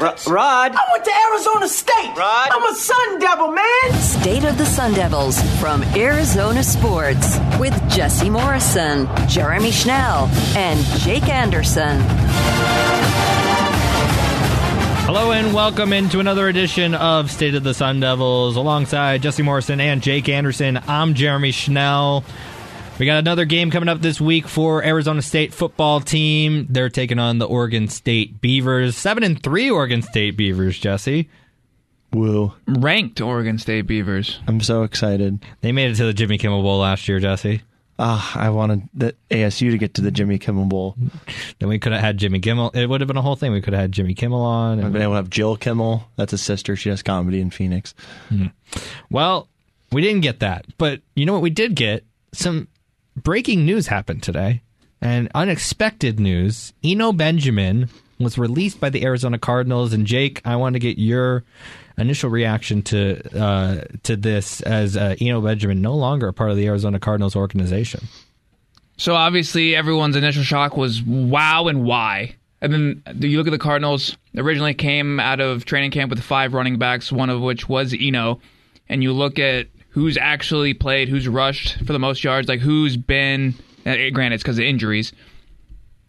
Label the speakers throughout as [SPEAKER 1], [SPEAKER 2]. [SPEAKER 1] Ravens.
[SPEAKER 2] Rod.
[SPEAKER 1] I went to Arizona State.
[SPEAKER 2] Rod.
[SPEAKER 1] I'm a Sun Devil, man.
[SPEAKER 3] State of the Sun Devils from Arizona Sports with Jesse Morrison, Jeremy Schnell, and Jake Anderson.
[SPEAKER 4] Hello and welcome into another edition of State of the Sun Devils alongside Jesse Morrison and Jake Anderson. I'm Jeremy Schnell. We got another game coming up this week for Arizona State football team. They're taking on the Oregon State Beavers. 7 and 3 Oregon State Beavers, Jesse.
[SPEAKER 5] Woo.
[SPEAKER 6] Ranked Oregon State Beavers.
[SPEAKER 5] I'm so excited.
[SPEAKER 4] They made it to the Jimmy Kimmel Bowl last year, Jesse.
[SPEAKER 5] Ah, I wanted the ASU to get to the Jimmy Kimmel Bowl.
[SPEAKER 4] Then we could have had Jimmy Kimmel. It would have been a whole thing. We could have had Jimmy Kimmel on.
[SPEAKER 5] I've been able to have Jill Kimmel. That's his sister. She does comedy in Phoenix.
[SPEAKER 4] Well, we didn't get that. But you know what we did get? Some breaking news happened today and unexpected news. Eno Benjamin was released by the Arizona Cardinals. And Jake, I want to get your initial reaction to uh, to this as uh, Eno Benjamin no longer a part of the Arizona Cardinals organization.
[SPEAKER 6] So obviously, everyone's initial shock was wow and why. And then you look at the Cardinals. Originally came out of training camp with five running backs, one of which was Eno. And you look at who's actually played, who's rushed for the most yards, like who's been. eh, Granted, it's because of injuries,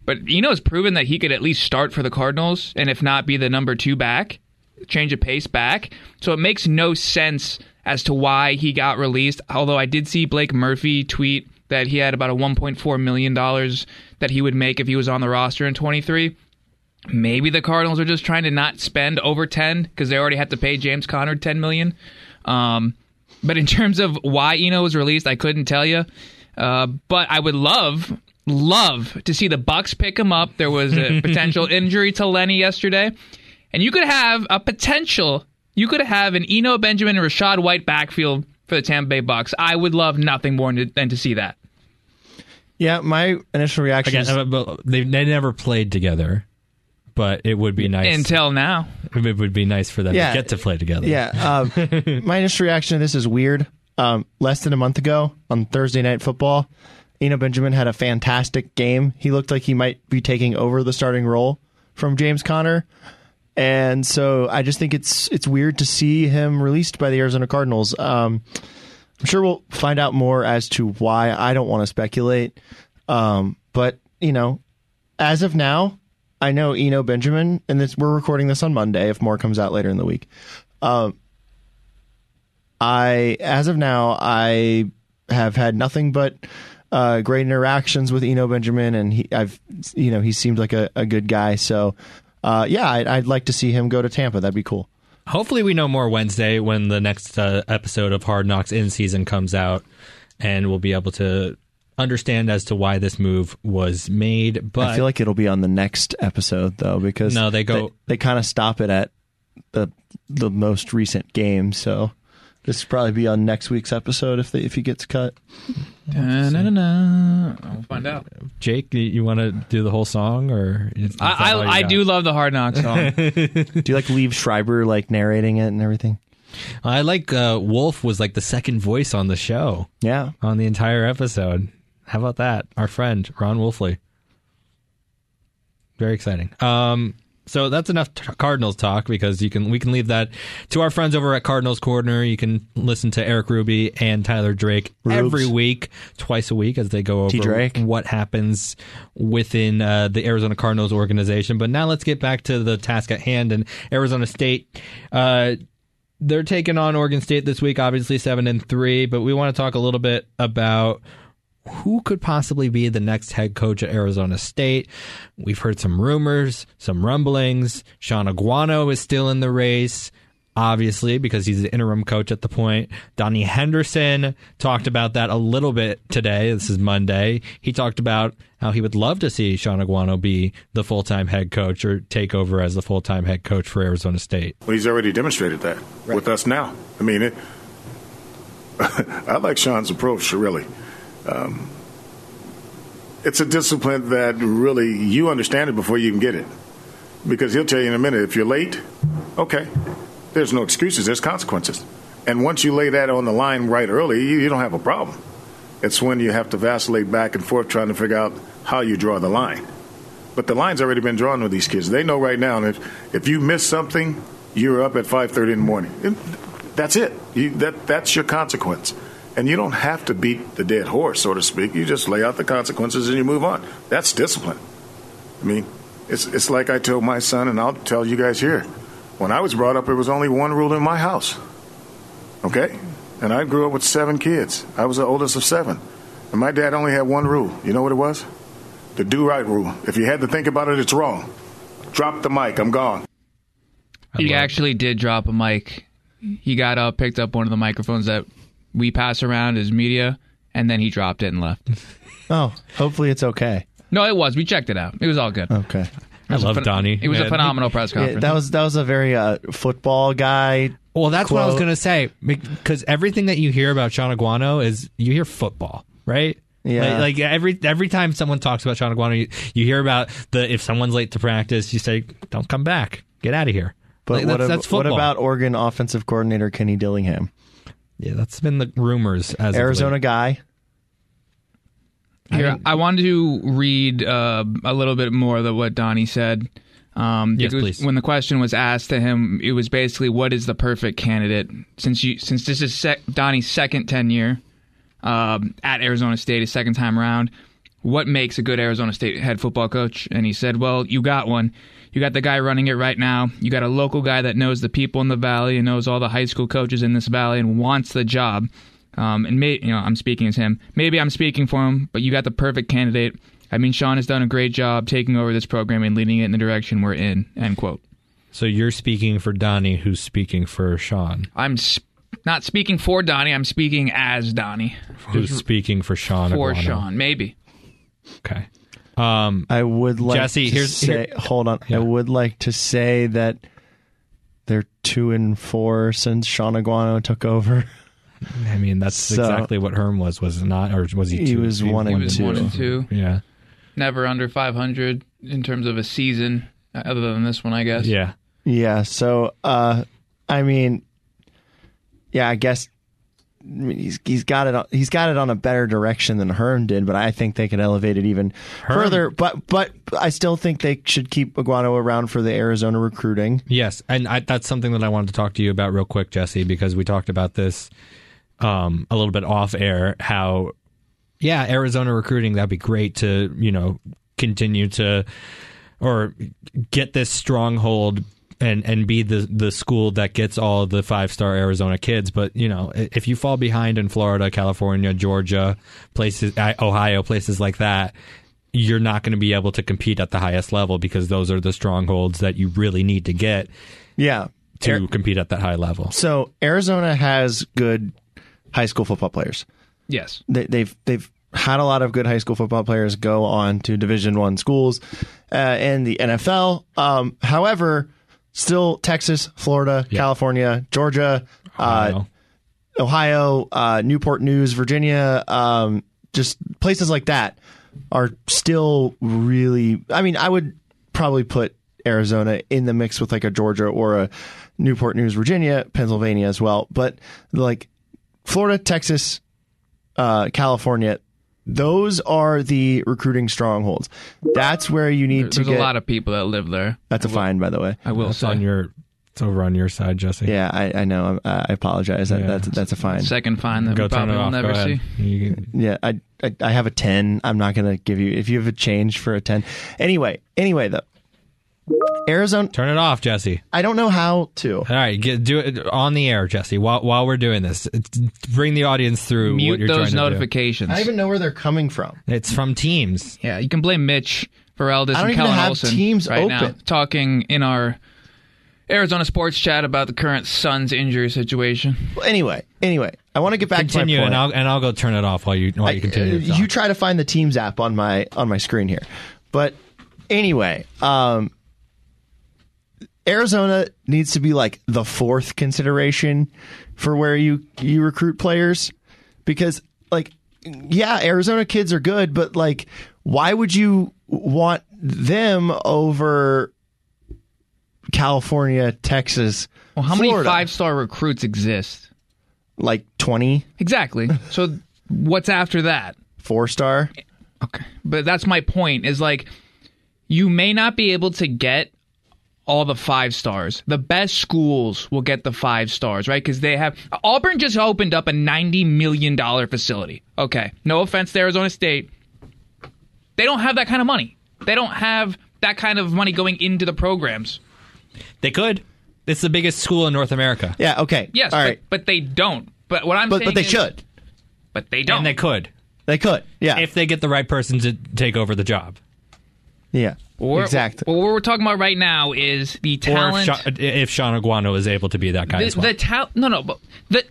[SPEAKER 6] but Eno's proven that he could at least start for the Cardinals, and if not, be the number two back, change of pace back. So it makes no sense as to why he got released. Although I did see Blake Murphy tweet that he had about a 1.4 million dollars that he would make if he was on the roster in 23. Maybe the Cardinals are just trying to not spend over 10 because they already had to pay James Conner 10 million. Um, but in terms of why Eno was released, I couldn't tell you. Uh, but I would love, love to see the Bucks pick him up. There was a potential injury to Lenny yesterday, and you could have a potential. You could have an Eno Benjamin and Rashad White backfield for the Tampa Bay Bucks. I would love nothing more than to, than to see that.
[SPEAKER 5] Yeah, my initial reaction
[SPEAKER 4] Again,
[SPEAKER 5] is
[SPEAKER 4] uh, but they, they never played together, but it would be nice.
[SPEAKER 6] Until now,
[SPEAKER 4] it would be nice for them
[SPEAKER 5] Yeah.
[SPEAKER 4] to get to play together.
[SPEAKER 5] Yeah. Um, my initial reaction to this is weird. Um, less than a month ago on Thursday Night Football, Eno Benjamin had a fantastic game. He looked like he might be taking over the starting role from James Conner. And so I just think it's it's weird to see him released by the Arizona Cardinals. Um, I'm sure we'll find out more as to why. I don't want to speculate. Um, but, you know, as of now, I know Eno Benjamin, and this, we're recording this on Monday. If more comes out later in the week, um, I as of now I have had nothing but uh, great interactions with Eno Benjamin, and he, I've you know he seemed like a, a good guy. So uh, yeah, I'd, I'd like to see him go to Tampa. That'd be cool.
[SPEAKER 4] Hopefully, we know more Wednesday when the next uh, episode of Hard Knocks in season comes out, and we'll be able to understand as to why this move was made. But
[SPEAKER 5] I feel like it'll be on the next episode though because
[SPEAKER 4] No, they go-
[SPEAKER 5] they, kind of stop it at the the most recent game. So this will probably be on next week's episode if they, if he gets cut.
[SPEAKER 6] Da-na-na-na. we'll find out.
[SPEAKER 4] Jake, you, you want to do the whole song, or is- is that
[SPEAKER 6] I,
[SPEAKER 4] all you
[SPEAKER 6] I, I
[SPEAKER 4] got?
[SPEAKER 6] do love the Hard Knocks song.
[SPEAKER 5] Do you like leave Schreiber like narrating it and everything?
[SPEAKER 4] I like uh, Wolf was like the second voice on the show
[SPEAKER 5] Yeah.
[SPEAKER 4] on the entire episode. How about that? Our friend Ron Wolfley. Very exciting. Um, so that's enough t- Cardinals talk because you can we can leave that to our friends over at Cardinals Corner. You can listen to Eric Ruby and Tyler Drake
[SPEAKER 5] Rubes.
[SPEAKER 4] every week, twice a week, as they go over
[SPEAKER 5] Drake.
[SPEAKER 4] what happens within uh, the Arizona Cardinals organization. But now let's get back to the task at hand and Arizona State. Uh, they're taking on Oregon State this week, obviously seven and three. But we want to talk a little bit about who could possibly be the next head coach at Arizona State. We've heard some rumors, some rumblings. Sean Aguano is still in the race, obviously, because he's the interim coach at the point. Donnie Henderson talked about that a little bit today. This is Monday. He talked about how he would love to see Sean Aguano be the full time head coach or take over as the full time head coach for Arizona State.
[SPEAKER 7] Well, he's already demonstrated that with us now. I mean, it, I like Sean's approach, really. Um, it's a discipline that really you understand it before you can get it. Because he'll tell you in a minute if you're late, okay, there's no excuses, there's consequences. And once you lay that on the line right early, you, you don't have a problem. It's when you have to vacillate back and forth trying to figure out how you draw the line. But the line's already been drawn with these kids. They know right now if if you miss something, you're up at 5:30 in the morning. And that's it. You, that that's your consequence. And you don't have to beat the dead horse, so to speak. You just lay out the consequences and you move on. That's discipline. I mean, it's it's like I told my son, and I'll tell you guys here. When I was brought up, there was only one rule in my house. Okay, and I grew up with seven kids. I was the oldest of seven, and my dad only had one rule. You know what it was? The do right rule. If you had to think about it, it's wrong. Drop the mic. I'm gone.
[SPEAKER 6] He actually did drop a mic. He got up, picked up one of the microphones that we pass around as media, and then he dropped it and left.
[SPEAKER 5] Oh, hopefully it's okay.
[SPEAKER 6] No, it was. We checked it out. It was all good.
[SPEAKER 5] Okay.
[SPEAKER 4] I love Uh, Donnie.
[SPEAKER 6] It was a
[SPEAKER 4] Man.
[SPEAKER 6] phenomenal press
[SPEAKER 5] Yeah,
[SPEAKER 6] conference.
[SPEAKER 5] that was that was a very uh, football guy.
[SPEAKER 4] Well, that's what I was
[SPEAKER 5] Quote.
[SPEAKER 4] going to say because everything that you hear about Sean Aguano is you hear football, right?
[SPEAKER 5] Yeah.
[SPEAKER 4] Like, like every every time someone talks about Sean Aguano, you, you hear about the if someone's late to practice, you say, "Don't come back. Get out of here."
[SPEAKER 5] But
[SPEAKER 4] Like,
[SPEAKER 5] what,
[SPEAKER 4] that's,
[SPEAKER 5] ab-
[SPEAKER 4] that's
[SPEAKER 5] what
[SPEAKER 4] football.
[SPEAKER 5] about Oregon offensive coordinator Kenny Dillingham?
[SPEAKER 4] Yeah, that's been the rumors as of
[SPEAKER 5] Arizona
[SPEAKER 4] late.
[SPEAKER 5] guy.
[SPEAKER 6] Here, I wanted to read uh, a little bit more of what Donnie said. Um,
[SPEAKER 4] Yes,
[SPEAKER 6] because
[SPEAKER 4] please.
[SPEAKER 6] When the question was asked to him, it was basically, "What is the perfect candidate?" Since you, since this is sec- Donnie's second tenure um, at Arizona State, his second time around, what makes a good Arizona State head football coach? And he said, "Well, you got one. You got the guy running it right now. You got a local guy that knows the people in the valley and knows all the high school coaches in this valley and wants the job." Um, and may, you know, I'm speaking as him. Maybe I'm speaking for him, but you got the perfect candidate. I mean, Sean has done a great job taking over this program and leading it in the direction we're in. End quote.
[SPEAKER 4] So you're speaking for Donnie, who's speaking for Sean,
[SPEAKER 6] I'm sp- not speaking for Donnie. I'm speaking as Donnie
[SPEAKER 4] who's speaking for Sean
[SPEAKER 6] for
[SPEAKER 4] Aguano.
[SPEAKER 6] Sean. Maybe.
[SPEAKER 4] Okay.
[SPEAKER 5] I would like
[SPEAKER 4] Jesse,
[SPEAKER 5] to
[SPEAKER 4] here's-
[SPEAKER 5] say,
[SPEAKER 4] here-
[SPEAKER 5] hold on. I would like to say that they're two and four since Sean Aguano took over.
[SPEAKER 4] I mean, that's
[SPEAKER 5] So-
[SPEAKER 4] exactly what Herm was, was it not, or was he?
[SPEAKER 5] He
[SPEAKER 4] two?
[SPEAKER 5] was one and
[SPEAKER 6] He was
[SPEAKER 5] two.
[SPEAKER 6] one and two,
[SPEAKER 4] Yeah.
[SPEAKER 6] never under 500 in terms of a season, uh, other than this one, I guess.
[SPEAKER 4] Yeah.
[SPEAKER 5] Yeah. So, uh, I mean, yeah, I guess I mean, he's he's got it. On, he's got it on a better direction than Herm did, but I think they could elevate it even further. But but I still think they should keep Iguano around for the Arizona recruiting.
[SPEAKER 4] Yes, and I, that's something that I wanted to talk to you about real quick, Jesse, because we talked about this um, a little bit off air. How, yeah, Arizona recruiting that'd be great to you know continue to or get this stronghold and and be the the school that gets all the five star Arizona kids. But you know, i- if you fall behind in Florida, California, Georgia, places I- Ohio, places like that. You're not going to be able to compete at the highest level because those are the strongholds that you really need to get
[SPEAKER 5] Yeah.
[SPEAKER 4] to compete at that high level.
[SPEAKER 5] So Arizona has good high school football players.
[SPEAKER 6] Yes.
[SPEAKER 5] they, they've they've had a lot of good high school football players go on to Division One schools uh, and the NFL. Um, however, still Texas, Florida, California, Georgia, uh,
[SPEAKER 4] Wow.
[SPEAKER 5] Ohio, uh, Newport News, Virginia, um, just places like that are still really. I mean, I would probably put Arizona in the mix with like a Georgia or a Newport News, Virginia, Pennsylvania as well. But like Florida, Texas, uh, California, those are the recruiting strongholds. That's where you need to
[SPEAKER 6] There's
[SPEAKER 5] get.
[SPEAKER 6] a lot of people that live there.
[SPEAKER 5] that's a fine, by the way.
[SPEAKER 6] I will
[SPEAKER 4] That's
[SPEAKER 6] say.
[SPEAKER 4] on your it's over on your side, Jesse.
[SPEAKER 5] Yeah, I, I know. I, I apologize. That,
[SPEAKER 4] Yeah.
[SPEAKER 5] That's that's a fine.
[SPEAKER 6] Second find that
[SPEAKER 4] Go
[SPEAKER 6] we
[SPEAKER 4] turn
[SPEAKER 6] probably
[SPEAKER 4] it
[SPEAKER 6] will
[SPEAKER 4] off.
[SPEAKER 6] never
[SPEAKER 4] Go
[SPEAKER 6] see.
[SPEAKER 4] ahead. You can-
[SPEAKER 5] Yeah, I, I I have a ten. I'm not gonna give you if you have a change for a ten. Anyway, anyway though, Arizona.
[SPEAKER 4] turn it off, Jesse.
[SPEAKER 5] I don't know how to.
[SPEAKER 4] All right, get, do it on the air, Jesse. While while we're doing this, It's- bring the audience through what
[SPEAKER 6] Mute
[SPEAKER 4] you're
[SPEAKER 6] those
[SPEAKER 4] trying to do.
[SPEAKER 6] notifications.
[SPEAKER 5] I don't even know where they're coming from.
[SPEAKER 4] It's from teams.
[SPEAKER 6] Yeah, you can blame Mitch for all this
[SPEAKER 5] I don't
[SPEAKER 6] and
[SPEAKER 5] even
[SPEAKER 6] Kellen
[SPEAKER 5] have
[SPEAKER 6] Olson
[SPEAKER 5] teams
[SPEAKER 6] right now
[SPEAKER 5] open.
[SPEAKER 6] talking in our Arizona sports chat about the current Suns injury situation.
[SPEAKER 5] Well, anyway, anyway, I want to get back
[SPEAKER 4] Continue,
[SPEAKER 5] to my point.
[SPEAKER 4] and I'll and I'll go turn it off while you while you continue. to
[SPEAKER 5] I- uh,
[SPEAKER 4] talk.
[SPEAKER 5] you try to find the Teams app on my on my screen here, but anyway, um, Arizona needs to be like the fourth consideration for where you you recruit players because like yeah, Arizona kids are good, but like why would you want them over California, Texas,
[SPEAKER 6] Well, how many
[SPEAKER 5] Florida?
[SPEAKER 6] five star recruits exist?
[SPEAKER 5] like 20
[SPEAKER 6] Exactly. So what's after that?
[SPEAKER 5] four star?
[SPEAKER 6] Okay. But that's my point is like you may not be able to get all the five stars. The best schools will get the five stars, right? Because they have Auburn just opened up a ninety million dollar facility. Okay, no offense to Arizona State, they don't have that kind of money. They don't have that kind of money going into the programs.
[SPEAKER 4] They could. It's the biggest school in North America.
[SPEAKER 5] Yeah. Okay.
[SPEAKER 6] Yes,
[SPEAKER 5] All
[SPEAKER 6] but,
[SPEAKER 5] right.
[SPEAKER 6] but they don't. But what I'm
[SPEAKER 5] But
[SPEAKER 6] saying
[SPEAKER 5] but they
[SPEAKER 6] is-
[SPEAKER 5] should.
[SPEAKER 6] But they don't.
[SPEAKER 4] And they could.
[SPEAKER 5] They could. Yeah.
[SPEAKER 4] If they get the right person to take over the job.
[SPEAKER 5] yeah.
[SPEAKER 6] Or-
[SPEAKER 5] exactly.
[SPEAKER 6] What we're talking about right now is the
[SPEAKER 4] Or if,
[SPEAKER 6] talent.
[SPEAKER 4] Sha- if Sean Aguano is able to be that guy
[SPEAKER 6] the,
[SPEAKER 4] as well.
[SPEAKER 6] the tal- no no but the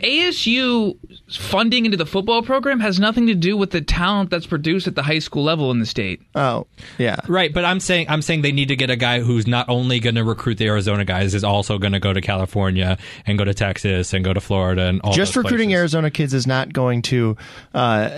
[SPEAKER 6] ASU funding into the football program has nothing to do with the talent that's produced at the high school level in the state.
[SPEAKER 5] oh. Yeah.
[SPEAKER 4] Right, but I'm saying I'm saying they need to get a guy who's not only going to recruit the Arizona guys, is also going to go to California and go to Texas and go to Florida and all.
[SPEAKER 5] Just
[SPEAKER 4] those
[SPEAKER 5] recruiting
[SPEAKER 4] places.
[SPEAKER 5] Arizona kids is not going to. Uh,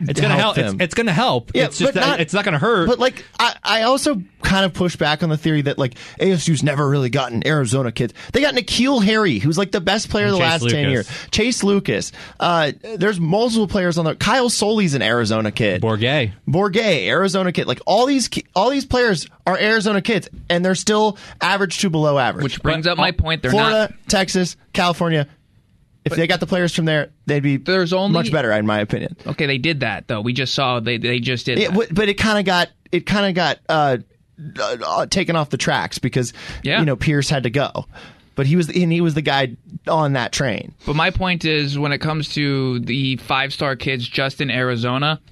[SPEAKER 4] it's going to help.
[SPEAKER 5] help
[SPEAKER 4] It's,
[SPEAKER 5] them.
[SPEAKER 4] it's going to help.
[SPEAKER 5] yeah,
[SPEAKER 4] it's just
[SPEAKER 5] but
[SPEAKER 4] that it's not going to hurt.
[SPEAKER 5] But like, I, I also kind of push back on the theory that like ASU's never really gotten Arizona kids. They got Nikhil Harry, who's like the best player of the
[SPEAKER 4] Chase
[SPEAKER 5] last ten
[SPEAKER 4] Lucas.
[SPEAKER 5] years. Chase Lucas. Uh, there's multiple players on there. Kyle Soley's an Arizona kid.
[SPEAKER 4] Borgay.
[SPEAKER 5] Borgay, Arizona kid. Like all these ki- all these players are Arizona kids, and they're still average to below average.
[SPEAKER 6] Which brings up my point. They're
[SPEAKER 5] Florida,
[SPEAKER 6] not.
[SPEAKER 5] Texas, California. If they got the players from there, they'd be
[SPEAKER 6] There's only-
[SPEAKER 5] much better, in my opinion.
[SPEAKER 6] Okay, they did that though. We just saw they they just did.
[SPEAKER 5] It,
[SPEAKER 6] that.
[SPEAKER 5] w- but it kind of got it kind of got uh, uh, uh, taken off the tracks because
[SPEAKER 6] Yeah.
[SPEAKER 5] you know Pierce had to go, but he was and he was the guy on that train.
[SPEAKER 6] But my point is, when it comes to the five star kids just in Arizona,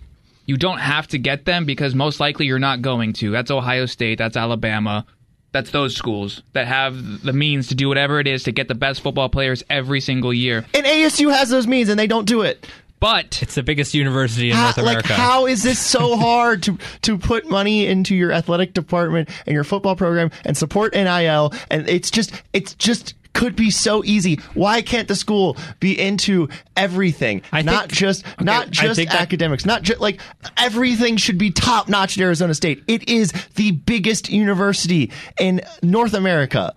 [SPEAKER 6] you don't have to get them because most likely you're not going to. That's Ohio State, that's Alabama, that's those schools that have the means to do whatever it is to get the best football players every single year.
[SPEAKER 5] And ASU has those means, and they don't do it.
[SPEAKER 6] But
[SPEAKER 4] It's the biggest university in
[SPEAKER 5] How-
[SPEAKER 4] North
[SPEAKER 5] Ah, like
[SPEAKER 4] America.
[SPEAKER 5] how is this so hard to to put money into your athletic department and your football program and support NIL and it's just it's just could be so easy. Why can't the school be into everything?
[SPEAKER 4] I
[SPEAKER 5] not
[SPEAKER 4] think-
[SPEAKER 5] just
[SPEAKER 4] I
[SPEAKER 5] not just
[SPEAKER 4] think that-
[SPEAKER 5] academics. Not just like everything should be top notch at Arizona State. It is the biggest university in North America.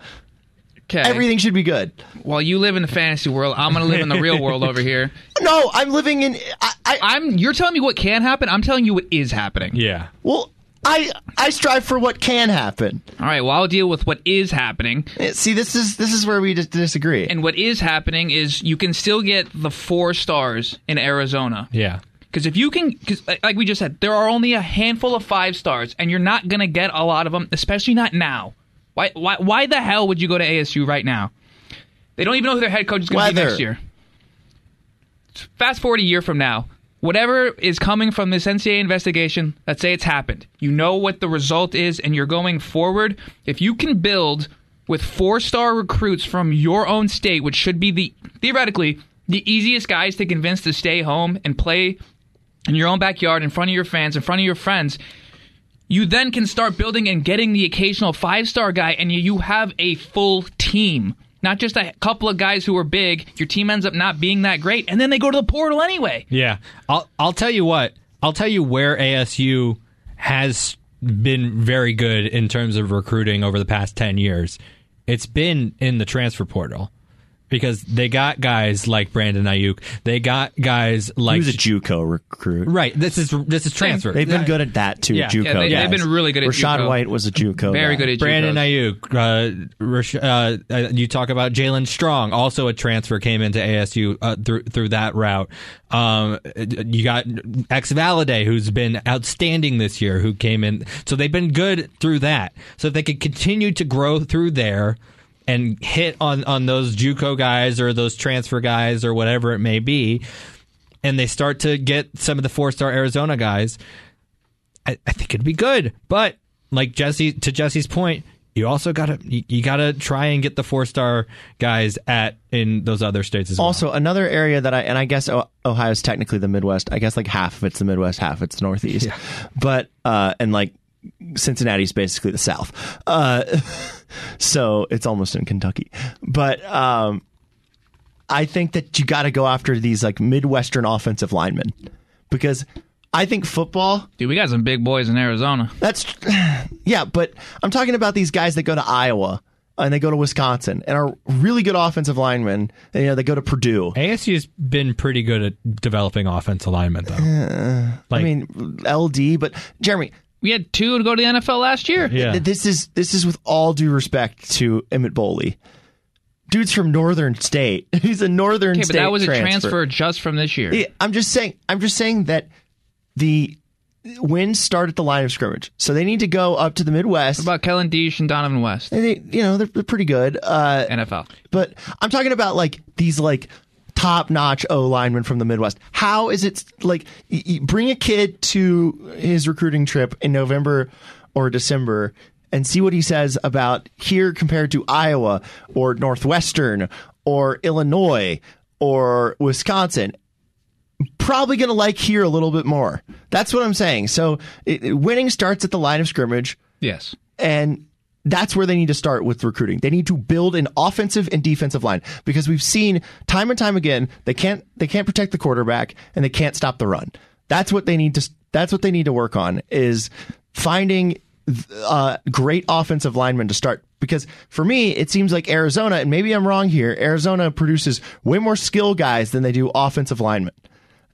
[SPEAKER 6] okay,
[SPEAKER 5] Everything should be good.
[SPEAKER 6] while you live in the fantasy world, I'm gonna live in the real world over here.
[SPEAKER 5] No, I'm living in I, I
[SPEAKER 6] I'm you're telling me what can happen. I'm telling you what is happening.
[SPEAKER 4] yeah.
[SPEAKER 5] well I I strive for what can happen.
[SPEAKER 6] All right. Well, I'll deal with what is happening.
[SPEAKER 5] Yeah, Eh, See, this is this is where we dis- disagree.
[SPEAKER 6] And what is happening is you can still get the four stars in Arizona.
[SPEAKER 4] Yeah.
[SPEAKER 6] Because if you can, cause li- like we just said, there are only a handful of five stars, and you're not gonna get a lot of them, especially not now. Why? Why? Why the hell would you go to ASU right now? They don't even know who their head coach is gonna be
[SPEAKER 5] Weather.
[SPEAKER 6] next year. Fast forward a year from now, whatever is coming from this NCAA investigation, let's say it's happened. You know what the result is, and you're going forward. If you can build with four star recruits from your own state, which should be the theoretically the easiest guys to convince to stay home and play in your own backyard, in front of your fans, in front of your friends, you then can start building and getting the occasional five star guy, and you, you have a full team. Not just a couple of guys who are big. Your team ends up not being that great, and then they go to the portal anyway.
[SPEAKER 4] Yeah. I'll I'll tell you what. I'll tell you where ASU has been very good in terms of recruiting over the past 10 years. It's been in the transfer portal because they got guys like Brandon Ayuk. They got guys like
[SPEAKER 5] JUCO recruit.
[SPEAKER 4] Right. This is this is transfer.
[SPEAKER 5] They've been good at that too.
[SPEAKER 4] Yeah.
[SPEAKER 5] JUCO.
[SPEAKER 4] Yeah,
[SPEAKER 6] they-
[SPEAKER 5] guys.
[SPEAKER 6] they've been really good at
[SPEAKER 5] Rashad
[SPEAKER 6] JUCO.
[SPEAKER 5] White was a JUCO.
[SPEAKER 6] Very
[SPEAKER 5] guy.
[SPEAKER 6] good E at
[SPEAKER 4] Brandon
[SPEAKER 6] JUCOs.
[SPEAKER 4] Ayuk, uh, Rash- uh, uh, you talk about Jalen Strong, also a transfer came into ASU uh, through through that route. Um, you got Ex Valade, who's been outstanding this year, who came in. So they've been good through that. So if they could continue to grow through there and hit on on those JUCO guys or those transfer guys or whatever it may be, and they start to get some of the four star Arizona guys, I, I think it'd be good. But like Jesse, to Jesse's point, you also gotta you, you gotta try and get the four star guys at in those other states as well.
[SPEAKER 5] Also, another area that I and I guess o- Ohio's technically the Midwest. I guess like half of it's the Midwest, half it's the Northeast. But uh, and like Cincinnati's basically the South. Uh, so it's almost in Kentucky. But um, I think that you got to go after these like Midwestern offensive linemen because I think football.
[SPEAKER 6] Dude, we got some big boys in Arizona.
[SPEAKER 5] That's yeah, but I'm talking about these guys that go to Iowa and they go to Wisconsin and are really good offensive linemen. And, you know, they go to Purdue.
[SPEAKER 4] ASU's been pretty good at developing offense alignment though. like
[SPEAKER 5] I mean, LD, but Jeremy,
[SPEAKER 6] we had two to go to the NFL last year.
[SPEAKER 4] Yeah.
[SPEAKER 5] Th- This is this is with all due respect to Emmett Boley. Dude's from Northern State. He's a Northern
[SPEAKER 6] Okay, but
[SPEAKER 5] State.
[SPEAKER 6] that was
[SPEAKER 5] transfer.
[SPEAKER 6] a transfer just from this year.
[SPEAKER 5] Yeah, I'm just saying. I'm just saying that the wins start at the line of scrimmage, so they need to go up to the Midwest.
[SPEAKER 6] About Kellen Deesh and Donovan West,
[SPEAKER 5] And they, you know, they're, they're pretty good. Uh,
[SPEAKER 6] NFL.
[SPEAKER 5] but I'm talking about like these like top notch O linemen from the Midwest. How is it like y- y- bring a kid to his recruiting trip in November or December and see what he says about here compared to Iowa or Northwestern or Illinois or Wisconsin? Probably going to like here a little bit more. That's what I'm saying. So it, it- winning starts at the line of scrimmage.
[SPEAKER 6] Yes.
[SPEAKER 5] And that's where they need to start with recruiting. They need to build an offensive and defensive line because we've seen time and time again they can't they can't protect the quarterback and they can't stop the run. That's what they need to that's what they need to work on is finding th- uh, great offensive linemen to start because for me it seems like Arizona and maybe I'm wrong here Arizona produces way more skill guys than they do offensive linemen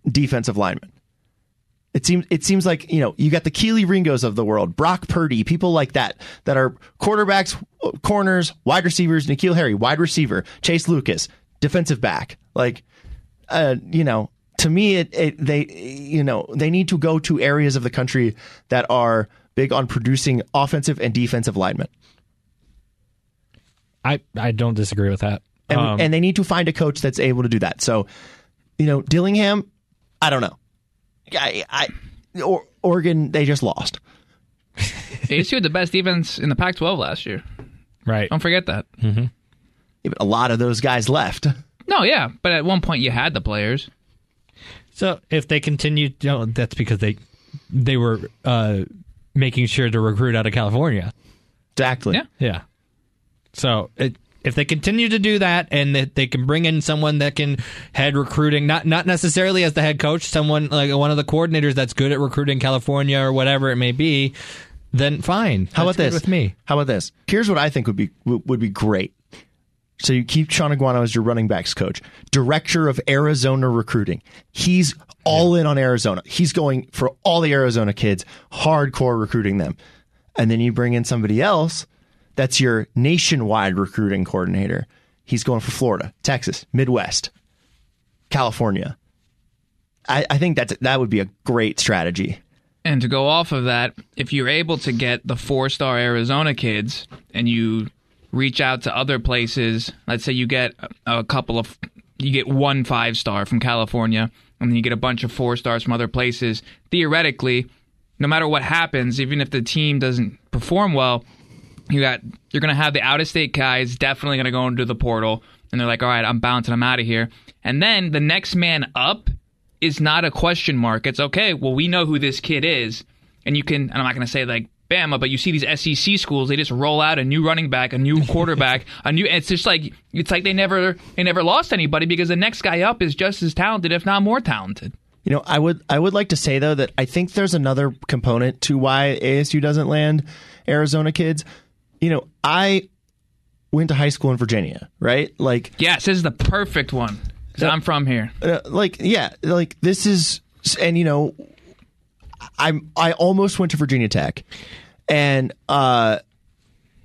[SPEAKER 5] defensive linemen. It seems it seems like you know you got the Keely Ringos of the world, Brock Purdy, people like that that are quarterbacks, corners, wide receivers. Nikhil Harry, wide receiver, Chase Lucas, defensive back. Like, uh, you know, to me, it, it they you know they need to go to areas of the country that are big on producing offensive and defensive linemen,
[SPEAKER 4] I, I don't disagree with that.
[SPEAKER 5] and,
[SPEAKER 4] Um,
[SPEAKER 5] and they need to find a coach that's able to do that. So, you know, Dillingham, I don't know, I, I or, Oregon, they just lost.
[SPEAKER 6] ASU had the best defense in the Pac-12 last year.
[SPEAKER 4] right.
[SPEAKER 6] Don't forget that.
[SPEAKER 5] Hmm. Even a lot of those guys left.
[SPEAKER 6] No, yeah, but at one point you had the players.
[SPEAKER 4] So if they continue, you know, that's because they they were uh, making sure to recruit out of California.
[SPEAKER 5] Exactly.
[SPEAKER 6] Yeah.
[SPEAKER 4] Yeah. So it, if they continue to do that, and that they can bring in someone that can head recruiting, not not necessarily as the head coach, someone like one of the coordinators that's good at recruiting California or whatever it may be, then fine.
[SPEAKER 5] How
[SPEAKER 4] That's
[SPEAKER 5] about
[SPEAKER 4] good
[SPEAKER 5] this?
[SPEAKER 4] with me?
[SPEAKER 5] How about this? Here's what I think would be w- would be great. So you keep Sean Iguano as your running backs coach, director of Arizona recruiting. He's all in on Arizona. He's going for all the Arizona kids, hardcore recruiting them. And then you bring in somebody else that's your nationwide recruiting coordinator. He's going for Florida, Texas, Midwest, California. I, I think that's that would be a great strategy.
[SPEAKER 6] And to go off of that, if you're able to get the four-star Arizona kids and you reach out to other places, let's say you get a, a couple of you get one five-star from California and then you get a bunch of four-stars from other places, theoretically, no matter what happens, even if the team doesn't perform well, you got you're gonna have the out of state guys definitely gonna go into the portal and they're like, all right, I'm bouncing, I'm out of here. And then the next man up is not a question mark. It's okay, well we know who this kid is, and you can and I'm not gonna say like Bama, but you see these SEC schools, they just roll out a new running back, a new quarterback, a new it's just like it's like they never they never lost anybody because the next guy up is just as talented, if not more talented.
[SPEAKER 5] You know, I would I would like to say though that I think there's another component to why ASU doesn't land Arizona kids. You know, I went to high school in Virginia, right? Like
[SPEAKER 6] Yes, this is the perfect one. 'Cause I'm from here.
[SPEAKER 5] uh, like yeah, like this is and you know I'm I almost went to Virginia Tech and uh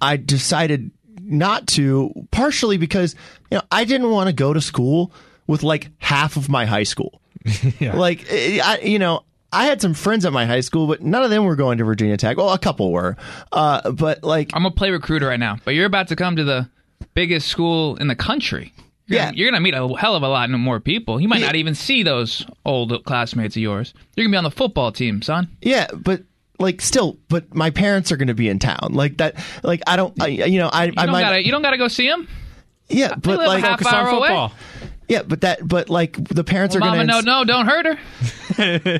[SPEAKER 5] I decided not to partially because you know I didn't want to go to school with like half of my high school. Like eh, I you know I had some friends at my high school, but none of them were going to Virginia Tech. Well, a couple were, uh, but like
[SPEAKER 6] I'm a play recruiter right now, but you're about to come to the biggest school in the country. You're
[SPEAKER 5] Yeah.
[SPEAKER 6] Gonna, you're going to meet a hell of a lot more people. You might not even see those old classmates of yours. You're going to be on the football team, son.
[SPEAKER 5] Yeah, but like still, but my parents are going to be in town. Like that. Like I don't. I, you know, I. I
[SPEAKER 6] You don't
[SPEAKER 5] might.
[SPEAKER 6] got to you don't got to go see them.
[SPEAKER 5] yeah, but
[SPEAKER 6] live
[SPEAKER 5] like.
[SPEAKER 6] half Focus on hour away. football.
[SPEAKER 5] Yeah, but that. But like the parents are
[SPEAKER 6] Mama,
[SPEAKER 5] going
[SPEAKER 6] no, no, don't hurt her.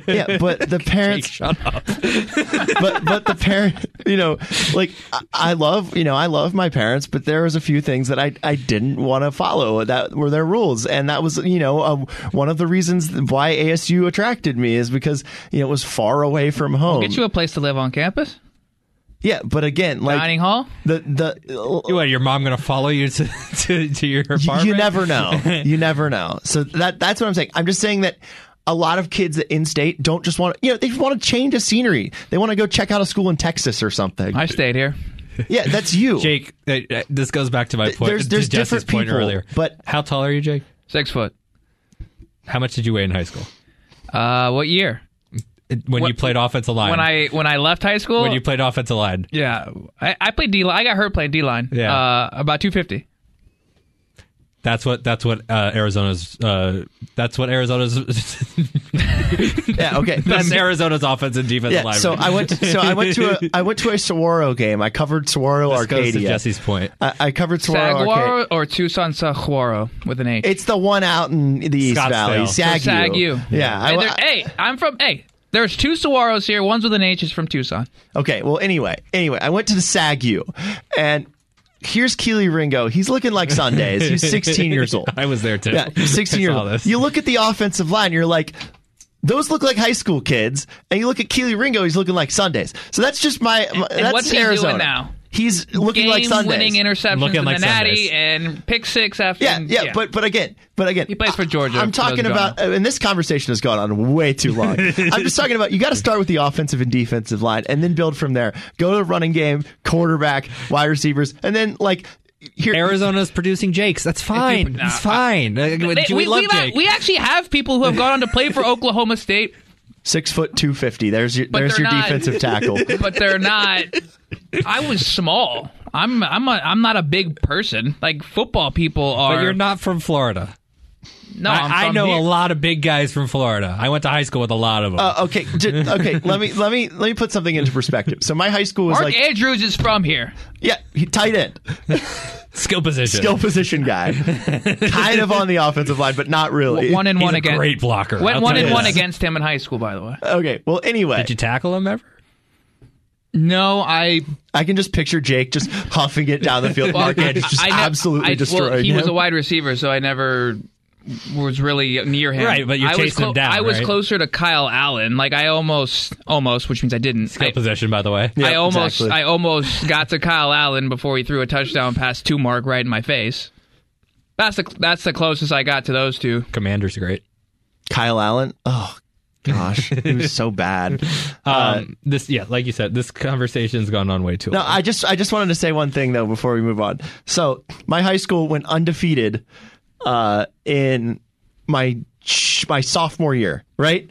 [SPEAKER 5] Yeah, but the parents.
[SPEAKER 4] Shut up.
[SPEAKER 5] but but the parent. You know, like I, I love. You know, I love my parents, but there was a few things that I I didn't want to follow that were their rules, and that was you know uh, one of the reasons why ASU attracted me is because you know it was far away from home.
[SPEAKER 6] Get you a place to live on campus.
[SPEAKER 5] yeah, but again, like
[SPEAKER 6] Dining hall.
[SPEAKER 5] the the
[SPEAKER 4] What, your mom gonna follow you to to, to your
[SPEAKER 5] Y-
[SPEAKER 4] apartment?
[SPEAKER 5] You never know. you never know. So that that's what I'm saying. I'm just saying that a lot of kids in state don't just want you know they want to change a scenery. They want to go check out a school in Texas or something.
[SPEAKER 6] I stayed here.
[SPEAKER 5] yeah, that's you.
[SPEAKER 4] Jake, uh, uh, this goes back to my point.
[SPEAKER 5] there's- there's
[SPEAKER 4] to Jesse's
[SPEAKER 5] different
[SPEAKER 4] point
[SPEAKER 5] people,
[SPEAKER 4] earlier.
[SPEAKER 5] but-
[SPEAKER 4] how tall are you, Jake?
[SPEAKER 6] Six foot.
[SPEAKER 4] How much did you weigh in high school
[SPEAKER 6] Uh, what year?
[SPEAKER 4] when
[SPEAKER 6] What-
[SPEAKER 4] you played offensive line?
[SPEAKER 6] When I when I left high school.
[SPEAKER 4] when you played offensive line,
[SPEAKER 6] yeah, I, I played D line. I got hurt playing D line.
[SPEAKER 4] Yeah.
[SPEAKER 6] Uh, about two fifty.
[SPEAKER 4] that's what that's what uh, Arizona's uh, that's what Arizona's
[SPEAKER 5] Yeah, okay.
[SPEAKER 4] that's Arizona's offense and defense
[SPEAKER 5] yeah,
[SPEAKER 4] line.
[SPEAKER 5] so I went. To, so I went to a. I went to a Saguaro game. I covered Saguaro
[SPEAKER 4] This goes to
[SPEAKER 5] Arcadia.
[SPEAKER 4] Jesse's point.
[SPEAKER 5] I, I covered Saguaro Arcadia.
[SPEAKER 6] Saguaro or Tucson Saguaro with an H.
[SPEAKER 5] It's the one out in the East
[SPEAKER 4] Scottsdale.
[SPEAKER 5] Valley,
[SPEAKER 4] So
[SPEAKER 5] Sag
[SPEAKER 6] Sag you.
[SPEAKER 5] Yeah. I-
[SPEAKER 6] And there-
[SPEAKER 5] I-
[SPEAKER 6] hey, I'm from. Hey, there's two Saguaros here. One's with an H. Is from Tucson.
[SPEAKER 5] Okay, well, anyway, anyway, I went to the SAG U, and here's Keely Ringo. He's looking like Sundays. He's 16 years old.
[SPEAKER 4] I was there too.
[SPEAKER 5] Yeah, he's 16
[SPEAKER 4] I
[SPEAKER 5] years
[SPEAKER 4] saw
[SPEAKER 5] old.
[SPEAKER 4] this.
[SPEAKER 5] You look at the offensive line, you're like, those look like high school kids, and you look at Keely Ringo, he's looking like Sundays. So that's just my. my that's
[SPEAKER 6] what's he doing
[SPEAKER 5] Arizona
[SPEAKER 6] now?
[SPEAKER 5] He's looking like Sundays.
[SPEAKER 6] Game-winning interceptions
[SPEAKER 4] Looking
[SPEAKER 6] in
[SPEAKER 4] like
[SPEAKER 6] the Natty
[SPEAKER 4] Sundays.
[SPEAKER 6] and pick six after.
[SPEAKER 5] Yeah, yeah, but but again, but again, he
[SPEAKER 6] plays for Georgia,
[SPEAKER 5] I'm
[SPEAKER 6] for those
[SPEAKER 5] talking
[SPEAKER 6] who don't
[SPEAKER 5] about, uh, and this conversation has gone on way too long. I'm just talking about you got to start with the offensive and defensive line, and then build from there. Go to the running game, quarterback, wide receivers, and then like here.
[SPEAKER 4] Arizona's producing Jake's. That's fine.
[SPEAKER 6] Nah,
[SPEAKER 4] That's fine. Uh,
[SPEAKER 6] They-
[SPEAKER 4] we, love
[SPEAKER 6] we,
[SPEAKER 4] Jake.
[SPEAKER 6] we actually have people who have gone on to play for Oklahoma State,
[SPEAKER 5] six foot two fifty. There's your
[SPEAKER 6] But
[SPEAKER 5] there's
[SPEAKER 6] they're
[SPEAKER 5] your
[SPEAKER 6] not.
[SPEAKER 5] defensive tackle.
[SPEAKER 6] but they're not. I was small. I'm I'm a, I'm not a big person. Like football people are.
[SPEAKER 4] but you're not from Florida.
[SPEAKER 6] No, I'm
[SPEAKER 4] I, I
[SPEAKER 6] from
[SPEAKER 4] know
[SPEAKER 6] here.
[SPEAKER 4] a lot of big guys from Florida. I went to high school with a lot of them.
[SPEAKER 5] Uh, okay, j- okay. Let me let me let me put something into perspective. So my high school was
[SPEAKER 6] Mark
[SPEAKER 5] like
[SPEAKER 6] Andrews is from here.
[SPEAKER 5] yeah, he- tight end,
[SPEAKER 4] skill position.
[SPEAKER 5] skill position guy, kind of on the offensive line, but not really.
[SPEAKER 6] One and
[SPEAKER 4] He's
[SPEAKER 6] one
[SPEAKER 4] a
[SPEAKER 6] against
[SPEAKER 4] great blocker. I'll
[SPEAKER 6] Went one
[SPEAKER 4] tell
[SPEAKER 6] and
[SPEAKER 4] you
[SPEAKER 6] one
[SPEAKER 4] that.
[SPEAKER 6] against him in high school, by the way.
[SPEAKER 5] okay, well anyway,
[SPEAKER 4] Did you tackle him ever?
[SPEAKER 6] No, I
[SPEAKER 5] I can just picture Jake just huffing it down the field.
[SPEAKER 6] Well,
[SPEAKER 5] Mark Andrews just
[SPEAKER 6] I ne-
[SPEAKER 5] absolutely
[SPEAKER 6] I-
[SPEAKER 5] destroying
[SPEAKER 6] Well, he
[SPEAKER 5] him.
[SPEAKER 6] was a wide receiver, so I never was really near him.
[SPEAKER 4] Right, but you
[SPEAKER 6] I was
[SPEAKER 4] chased him down,
[SPEAKER 6] I was
[SPEAKER 4] right?
[SPEAKER 6] closer to Kyle Allen. Like I almost, almost, which means I didn't.
[SPEAKER 4] Skill
[SPEAKER 6] I,
[SPEAKER 4] position, by the way.
[SPEAKER 5] Yeah,
[SPEAKER 6] I almost,
[SPEAKER 5] exactly.
[SPEAKER 6] I almost got to Kyle Allen before he threw a touchdown pass to Mark right in my face. That's the that's the closest I got to those two.
[SPEAKER 4] Commander's great.
[SPEAKER 5] Kyle Allen. Oh gosh, he was so bad. Uh,
[SPEAKER 4] Um, this, yeah, like you said, this conversation's gone on way too
[SPEAKER 5] No,
[SPEAKER 4] long.
[SPEAKER 5] I just I just wanted to say one thing though before we move on. So my high school went undefeated uh, in my my sophomore year, right?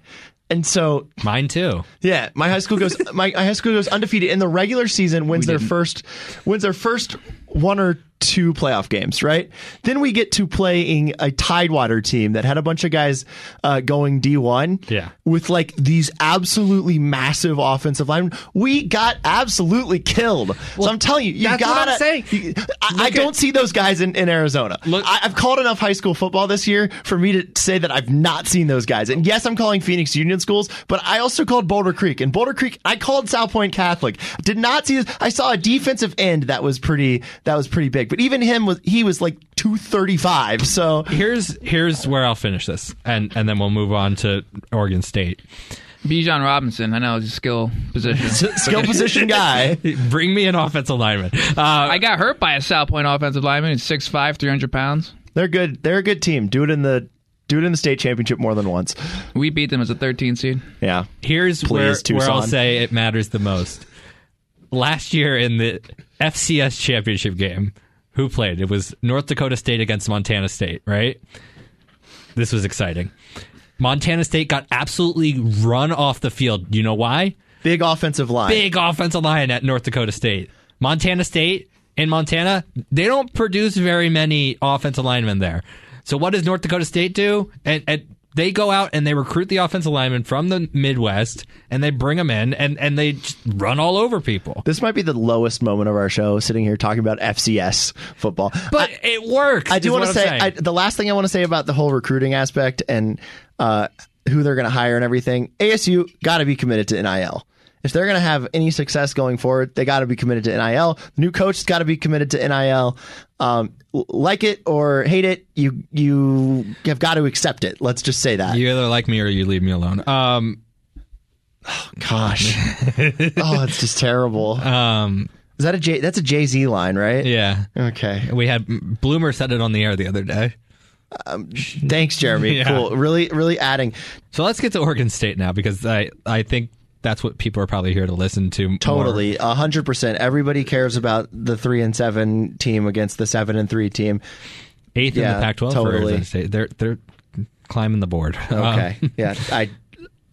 [SPEAKER 5] And so
[SPEAKER 4] Mine too.
[SPEAKER 5] yeah, my high school goes my, my high school goes undefeated in the regular season. Wins their first wins their first one or two playoff games. Right then we get to playing a Tidewater team that had a bunch of guys uh, going D one.
[SPEAKER 4] Yeah.
[SPEAKER 5] with like these absolutely massive offensive line. We got absolutely killed. so I'm telling you, you
[SPEAKER 4] that's what I'm
[SPEAKER 5] gotta.
[SPEAKER 4] saying.
[SPEAKER 5] you- I, I don't see those guys in, in Arizona.
[SPEAKER 4] Look-
[SPEAKER 5] I, I've called enough high school football this year for me to say that I've not seen those guys. And yes, I'm calling Phoenix Union schools, but I also called Boulder Creek. And Boulder Creek, I called South Point Catholic. Did not see this. I saw a defensive end that was pretty that was pretty big. But even him was he was like 235. So
[SPEAKER 4] Here's here's where I'll finish this, and and then we'll move on to Oregon State.
[SPEAKER 6] Bijan Robinson, I know, is a skill position.
[SPEAKER 5] skill position guy.
[SPEAKER 4] Bring me an offensive lineman. Uh,
[SPEAKER 6] I got hurt by a South Point offensive lineman. He's 6'5", 300 pounds.
[SPEAKER 5] They're good. They're a good team. Do it in the do it in the state championship more than once.
[SPEAKER 6] We beat them as a 13 seed.
[SPEAKER 5] Yeah.
[SPEAKER 4] here's where,
[SPEAKER 5] Please,
[SPEAKER 4] where I'll
[SPEAKER 5] Tucson.
[SPEAKER 4] say it matters the most. Last year in the FCS championship game, who played? It was North Dakota State against Montana State, right? This was exciting. Montana State got absolutely run off the field. You know why?
[SPEAKER 5] Big offensive line.
[SPEAKER 4] Big offensive line at North Dakota State. Montana State in Montana, they don't produce very many offensive linemen there. So what does North Dakota State do? And, and they go out and they recruit the offensive linemen from the Midwest and they bring them in and, and they just run all over people.
[SPEAKER 5] This might be the lowest moment of our show, sitting here talking about FCS football.
[SPEAKER 4] But
[SPEAKER 5] I,
[SPEAKER 4] it works.
[SPEAKER 5] I do
[SPEAKER 4] want to
[SPEAKER 5] say I, the last thing I want to say about the whole recruiting aspect and uh, who they're going to hire and everything. ASU got to be committed to NIL. If they're going to have any success going forward, they got to be committed to NIL. The new coach's got to be committed to NIL. Um, l- like it or hate it, you you have got to accept it. Let's just say that.
[SPEAKER 4] you either like me or you leave me alone. Um,
[SPEAKER 5] Gosh, oh, it's just terrible.
[SPEAKER 4] um,
[SPEAKER 5] Is that a J? That's a Jay Z line, right?
[SPEAKER 4] yeah.
[SPEAKER 5] Okay.
[SPEAKER 4] We had Bloomer said it on the air the other day.
[SPEAKER 5] Thanks, Jeremy.
[SPEAKER 4] Yeah.
[SPEAKER 5] Cool. Really, really adding.
[SPEAKER 4] So let's get to Oregon State now because I I think that's what people are probably here to listen to. more.
[SPEAKER 5] Totally, a hundred percent. Everybody cares about the three and seven team against the seven and three team.
[SPEAKER 4] eighth in
[SPEAKER 5] Yeah,
[SPEAKER 4] the Pac-12 for
[SPEAKER 5] totally.
[SPEAKER 4] Arizona State. They're they're climbing the board. Um,
[SPEAKER 5] Okay, yeah, I,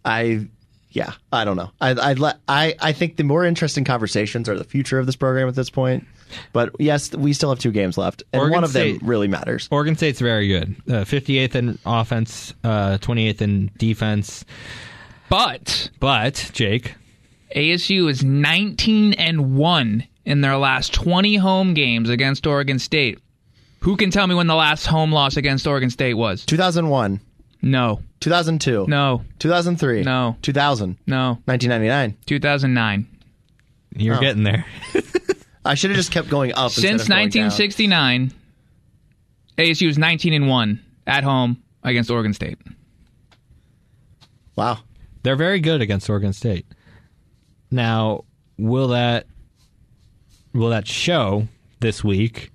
[SPEAKER 5] I, yeah, I don't know. I, I, le- I, I think the more interesting conversations are the future of this program at this point. But yes, we still have two games left, and
[SPEAKER 4] Oregon
[SPEAKER 5] one of
[SPEAKER 4] State-
[SPEAKER 5] them really matters.
[SPEAKER 4] Oregon State's very good. Uh, 58th in offense, uh, 28th in defense.
[SPEAKER 6] But
[SPEAKER 4] But Jake,
[SPEAKER 6] ASU is 19 and 1 in their last 20 home games against Oregon State. Who can tell me when the last home loss against Oregon State was?
[SPEAKER 5] Two thousand one,
[SPEAKER 6] No.
[SPEAKER 5] two thousand two,
[SPEAKER 6] No.
[SPEAKER 5] two thousand three,
[SPEAKER 6] No.
[SPEAKER 5] two thousand,
[SPEAKER 6] No.
[SPEAKER 5] nineteen ninety nine.
[SPEAKER 6] 2009.
[SPEAKER 5] Oh.
[SPEAKER 4] you're getting there.
[SPEAKER 5] I should have just kept going up instead
[SPEAKER 6] Since
[SPEAKER 5] of going down.
[SPEAKER 6] 1969, ASU is 19 and 1 at home against Oregon State.
[SPEAKER 5] Wow.
[SPEAKER 4] They're very good against Oregon State. Now, will that will that show this week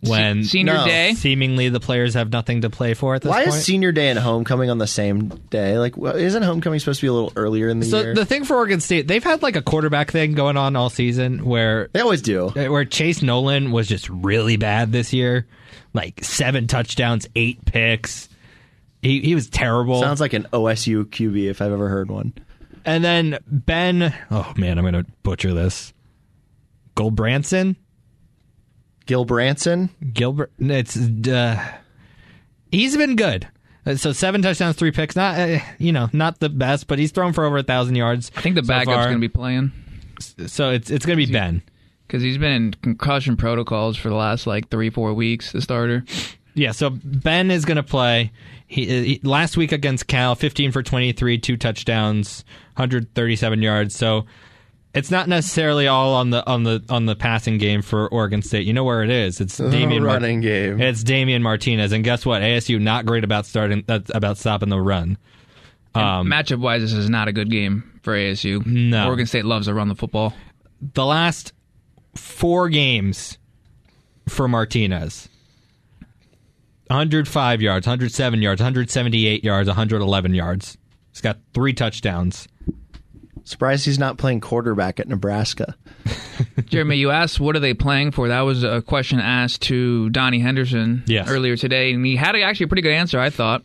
[SPEAKER 4] when
[SPEAKER 6] Senior
[SPEAKER 5] No.
[SPEAKER 6] day.
[SPEAKER 4] seemingly the players have nothing to play for at this
[SPEAKER 5] Why
[SPEAKER 4] point?
[SPEAKER 5] is senior day and homecoming on the same day? Like, wh- isn't homecoming supposed to be a little earlier in the
[SPEAKER 4] so
[SPEAKER 5] year?
[SPEAKER 4] the thing for Oregon State, they've had like a quarterback thing going on all season where
[SPEAKER 5] they always do.
[SPEAKER 4] where Chase Nolan was just really bad this year, like seven touchdowns, eight picks. He he was terrible.
[SPEAKER 5] Sounds like an OSU QB if I've ever heard one.
[SPEAKER 4] and then Ben, oh man, I'm gonna butcher this. Goldbranson,
[SPEAKER 5] Gil Branson.
[SPEAKER 4] Gilbert. It's uh, he's been good. Uh, So seven touchdowns, three picks. Not uh, you know not the best, but he's thrown for over a thousand yards.
[SPEAKER 6] I think the backup's going to be playing
[SPEAKER 4] be so it's it's gonna be Ben.
[SPEAKER 6] because he's been in concussion protocols for the last like three, four weeks, the starter.
[SPEAKER 4] Yeah, so Ben is going to play. He, uh, he last week against Cal, 15 for 23, two touchdowns, 137 yards. So it's not necessarily all on the on the on the passing game for Oregon State. You know where it is. It's Damian Mar-
[SPEAKER 5] running game.
[SPEAKER 4] It's Damian Martinez, and guess what? ASU not great about starting uh, about stopping the run.
[SPEAKER 6] Matchup wise, this is not a good game for ASU.
[SPEAKER 4] No.
[SPEAKER 6] Oregon State loves to run the football.
[SPEAKER 4] The last four games for Martinez. 105 yards, 107 yards, 178 yards, 111 yards. He's got three touchdowns.
[SPEAKER 5] Surprised he's not playing quarterback at Nebraska.
[SPEAKER 6] Jeremy, you asked what are they playing for? That was a question asked to Donnie Henderson
[SPEAKER 4] Yes.
[SPEAKER 6] earlier today, and he had a, actually a pretty good answer. I thought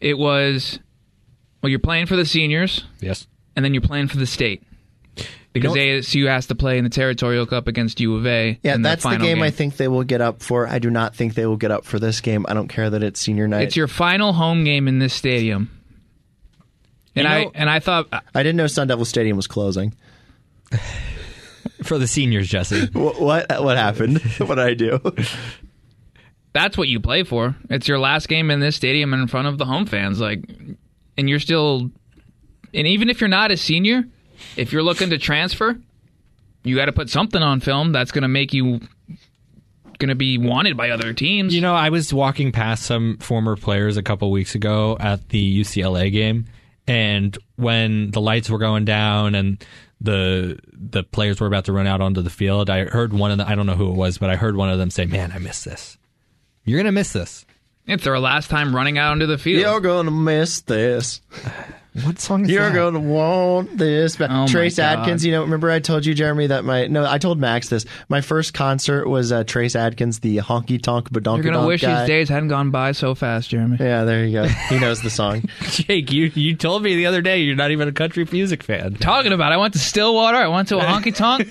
[SPEAKER 6] it was, well, you're playing for the seniors,
[SPEAKER 4] Yes.
[SPEAKER 6] and then you're playing for the state because
[SPEAKER 4] know-
[SPEAKER 6] ASU has to play in the Territorial Cup against U of A.
[SPEAKER 5] Yeah,
[SPEAKER 6] in
[SPEAKER 5] that's the,
[SPEAKER 6] final
[SPEAKER 5] game, I think they will get up for. I do not think they will get up for this game. I don't care that it's senior night.
[SPEAKER 6] It's your final home game in this stadium. And
[SPEAKER 4] You
[SPEAKER 6] I
[SPEAKER 4] know-
[SPEAKER 6] and I thought
[SPEAKER 5] I didn't know Sun Devil Stadium was closing.
[SPEAKER 4] For the seniors, Jesse.
[SPEAKER 5] What what, what happened? what did I do?
[SPEAKER 6] that's what you play for. It's your last game in this stadium in front of the home fans. Like, and you're still, and even if you're not a senior, if you're looking to transfer, you got to put something on film that's going to make you going to be wanted by other teams.
[SPEAKER 4] you know, I was walking past some former players a couple weeks ago at the UCLA game, and when the lights were going down and the the players were about to run out onto the field, I heard one of the I don't know who it was, but I heard one of them say, "Man, I miss this. You're gonna miss this."
[SPEAKER 6] it's their last time running out onto the field.
[SPEAKER 5] You're gonna miss this.
[SPEAKER 4] What song is
[SPEAKER 5] You're
[SPEAKER 4] that?
[SPEAKER 5] gonna want this. But
[SPEAKER 6] Oh my
[SPEAKER 5] Trace
[SPEAKER 6] God.
[SPEAKER 5] Adkins, you know, remember I told you, Jeremy, that my no, I told Max this. My first concert was uh, Trace Adkins, the honky tonk badonky
[SPEAKER 6] You're gonna
[SPEAKER 5] donk
[SPEAKER 6] wish
[SPEAKER 5] guy.
[SPEAKER 6] these days hadn't gone by so fast, Jeremy.
[SPEAKER 5] Yeah, there you go. He knows the song.
[SPEAKER 4] Jake, you you told me the other day you're not even a country music fan.
[SPEAKER 6] Talking about, I went to Stillwater. I went to a honky tonk.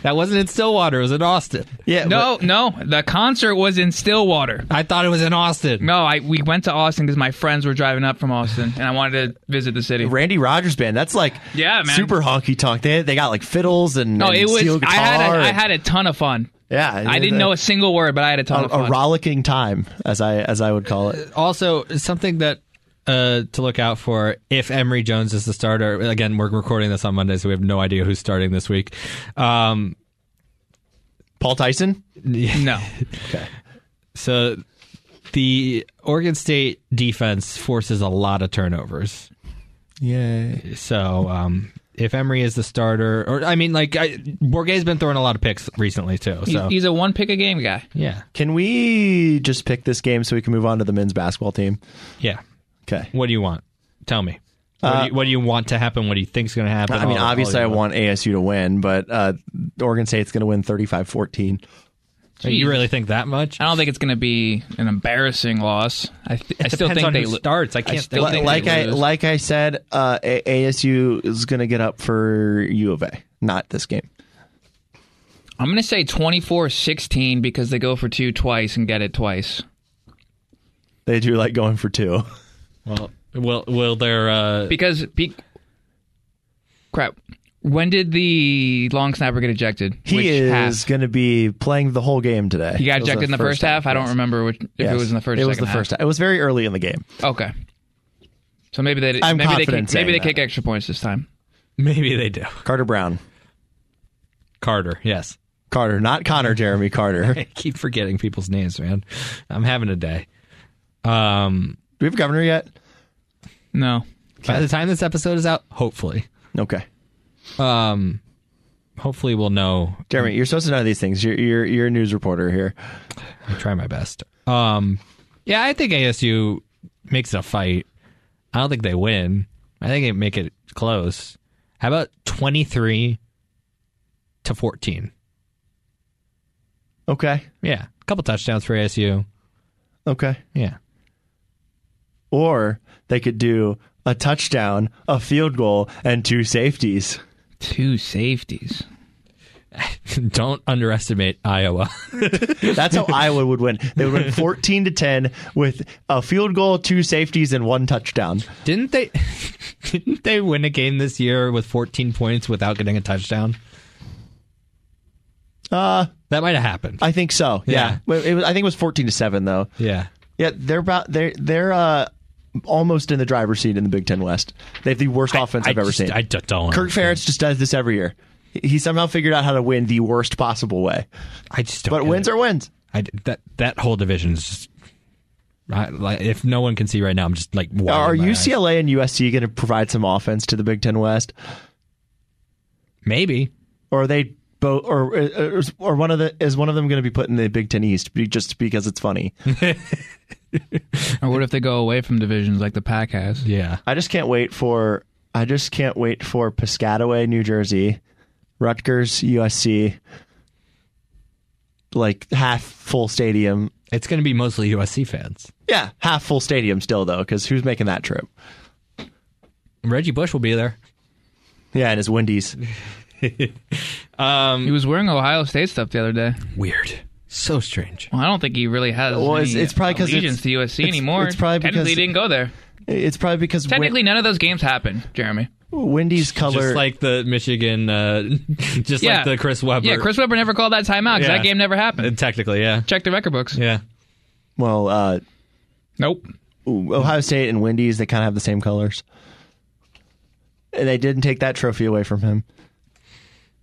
[SPEAKER 4] That wasn't in Stillwater; it was in Austin.
[SPEAKER 5] Yeah,
[SPEAKER 6] no, no, the concert was in Stillwater.
[SPEAKER 4] I thought it was in Austin.
[SPEAKER 6] No, I we went to Austin because my friends were driving up from Austin, and I wanted to visit the city.
[SPEAKER 5] but Randy Rogers band. That's like
[SPEAKER 6] Yeah, man.
[SPEAKER 5] super honky tonk. They they got like fiddles and
[SPEAKER 6] No,
[SPEAKER 5] and
[SPEAKER 6] it was.
[SPEAKER 5] steel guitar.
[SPEAKER 6] I had a, I
[SPEAKER 5] and-
[SPEAKER 6] had a ton of fun.
[SPEAKER 5] yeah,
[SPEAKER 6] I didn't
[SPEAKER 5] uh,
[SPEAKER 6] know a single word, but I had a ton
[SPEAKER 5] a,
[SPEAKER 6] of fun.
[SPEAKER 5] a rollicking time, as I as I would call it.
[SPEAKER 4] also something that uh, to look out for if Emory Jones is the starter. Again, we're recording this on Monday, so we have no idea who's starting this week. Um,
[SPEAKER 5] Paul Tyson.
[SPEAKER 6] no,
[SPEAKER 4] so the Oregon State defense forces a lot of turnovers.
[SPEAKER 5] Yay!
[SPEAKER 4] So um, if Emery is the starter, or I mean, like I, Borghe's been throwing a lot of picks recently too.
[SPEAKER 6] He's,
[SPEAKER 4] So
[SPEAKER 6] he's a one pick a game guy.
[SPEAKER 4] yeah,
[SPEAKER 5] Can we just pick this game so we can move on to the men's basketball team?
[SPEAKER 4] yeah.
[SPEAKER 5] Okay.
[SPEAKER 4] What do you want? Tell me. What, do, you, what do you want to happen? What do you think's going to happen?
[SPEAKER 5] I mean,
[SPEAKER 4] All- all
[SPEAKER 5] obviously, I
[SPEAKER 4] you
[SPEAKER 5] want ASU to win, but uh, Oregon State's going to win 35 14.
[SPEAKER 4] You really think that much?
[SPEAKER 6] I don't think it's going to be an embarrassing loss. I, th- I
[SPEAKER 4] It
[SPEAKER 6] still
[SPEAKER 4] depends
[SPEAKER 6] think
[SPEAKER 4] on
[SPEAKER 6] they
[SPEAKER 4] who
[SPEAKER 6] lo-
[SPEAKER 4] starts. I can't
[SPEAKER 6] still
[SPEAKER 4] think-
[SPEAKER 6] think
[SPEAKER 5] Like
[SPEAKER 6] they
[SPEAKER 5] I
[SPEAKER 6] lose.
[SPEAKER 5] like I said, uh, A- ASU is going to get up for U of A, not this game.
[SPEAKER 6] I'm going to say 24-16 because they go for two twice and get it twice.
[SPEAKER 5] They do like going for two.
[SPEAKER 4] Well, will will there? Uh,
[SPEAKER 6] Because be- crap. When did the long snapper get ejected?
[SPEAKER 5] He
[SPEAKER 6] Which
[SPEAKER 5] is
[SPEAKER 6] half?
[SPEAKER 5] going to be playing the whole game today.
[SPEAKER 6] He
[SPEAKER 5] It
[SPEAKER 6] got
[SPEAKER 5] was
[SPEAKER 6] ejected in the first, half. I don't
[SPEAKER 5] yes.
[SPEAKER 6] remember which, if
[SPEAKER 5] Yes.
[SPEAKER 6] it was in the first.
[SPEAKER 5] It was
[SPEAKER 6] second
[SPEAKER 5] the first. half. It was very early in the game.
[SPEAKER 6] half. Okay. So maybe they.
[SPEAKER 5] I'm
[SPEAKER 6] maybe they
[SPEAKER 5] confident
[SPEAKER 6] kick, maybe they
[SPEAKER 5] saying
[SPEAKER 6] kick
[SPEAKER 5] that.
[SPEAKER 6] extra points this time.
[SPEAKER 4] maybe they do.
[SPEAKER 5] Carter Brown,
[SPEAKER 4] Carter, yes.
[SPEAKER 5] Carter, not Connor, Jeremy Carter.
[SPEAKER 4] I
[SPEAKER 5] do
[SPEAKER 4] keep forgetting people's names, man. I'm having a day. Um,
[SPEAKER 5] we have a governor yet?
[SPEAKER 6] No.
[SPEAKER 4] by the time this episode is out, hopefully,
[SPEAKER 5] Okay,
[SPEAKER 4] um, hopefully we'll know.
[SPEAKER 5] Jeremy, you're supposed to know these things. You're you're, you're a news reporter here.
[SPEAKER 4] I try my best. Um, yeah, I think ASU makes it a fight. I don't think they win. I think they make it close. How about 23 to 14?
[SPEAKER 5] Okay,
[SPEAKER 4] Yeah, a couple touchdowns for ASU.
[SPEAKER 5] okay.
[SPEAKER 4] Yeah.
[SPEAKER 5] Or they could do a touchdown, a field goal, and two safeties.
[SPEAKER 6] Two safeties.
[SPEAKER 4] Don't underestimate Iowa.
[SPEAKER 5] That's how Iowa would win. They would win 14 to 10 with a field goal, two safeties, and one touchdown.
[SPEAKER 4] didn't they didn't they win a game this year with 14 points without getting a touchdown?
[SPEAKER 5] Uh,
[SPEAKER 4] That might have happened.
[SPEAKER 5] I think so.
[SPEAKER 4] Yeah.
[SPEAKER 5] Yeah. But It was, I think it was 14 to 7 though.
[SPEAKER 4] yeah.
[SPEAKER 5] Yeah, they're about they're they're uh, almost in the driver's seat in the Big Ten West. They have the worst offense I, have
[SPEAKER 4] I
[SPEAKER 5] ever
[SPEAKER 4] just-
[SPEAKER 5] seen.
[SPEAKER 4] I d- don't.
[SPEAKER 5] Kirk Ferentz just does this every year. He- He somehow figured out how to win the worst possible way.
[SPEAKER 4] I just don't.
[SPEAKER 5] But
[SPEAKER 4] get
[SPEAKER 5] wins
[SPEAKER 4] it.
[SPEAKER 5] are wins.
[SPEAKER 4] I, that that whole division is just. I, like, if no one can see right now, I'm just like. wide
[SPEAKER 5] are
[SPEAKER 4] in my eyes.
[SPEAKER 5] UCLA and USC going to provide some offense to the Big Ten West,
[SPEAKER 4] Maybe.
[SPEAKER 5] or are they both, or or or one of the is one of them going to be put in the Big Ten East be- just because it's funny?
[SPEAKER 6] Or what if they go away from divisions like the pack has?
[SPEAKER 4] Yeah.
[SPEAKER 5] I just can't wait for I just can't wait for Piscataway, New Jersey, Rutgers, USC, like half full stadium.
[SPEAKER 4] It's going to be mostly USC fans.
[SPEAKER 5] Yeah, half full stadium still though, because who's making that trip?
[SPEAKER 4] Reggie Bush will be there.
[SPEAKER 5] Yeah, and his Wendy's.
[SPEAKER 6] He was wearing Ohio State stuff the other day.
[SPEAKER 4] Weird. So strange.
[SPEAKER 6] Well, I don't think he really has
[SPEAKER 5] Well, it's-
[SPEAKER 6] any
[SPEAKER 5] it's probably 'cause
[SPEAKER 6] allegiance
[SPEAKER 5] it's-
[SPEAKER 6] to USC
[SPEAKER 5] it's-
[SPEAKER 6] anymore.
[SPEAKER 5] it's probably
[SPEAKER 6] Technically, he
[SPEAKER 5] because-
[SPEAKER 6] didn't go there.
[SPEAKER 5] It's probably because Wen-
[SPEAKER 6] Technically, none of those games happened, Jeremy.
[SPEAKER 5] Wendy's color.
[SPEAKER 4] Just like the Michigan, uh, just
[SPEAKER 6] yeah,
[SPEAKER 4] like the Chris Webber.
[SPEAKER 6] Yeah, Chris Webber never called that timeout because
[SPEAKER 4] Yeah.
[SPEAKER 6] that game never happened.
[SPEAKER 4] Technically, yeah.
[SPEAKER 6] Check the record books.
[SPEAKER 4] Yeah.
[SPEAKER 5] well, uh,
[SPEAKER 6] Nope.
[SPEAKER 5] Ohio State and Wendy's they kind of have the same colors. And they didn't take that trophy away from him.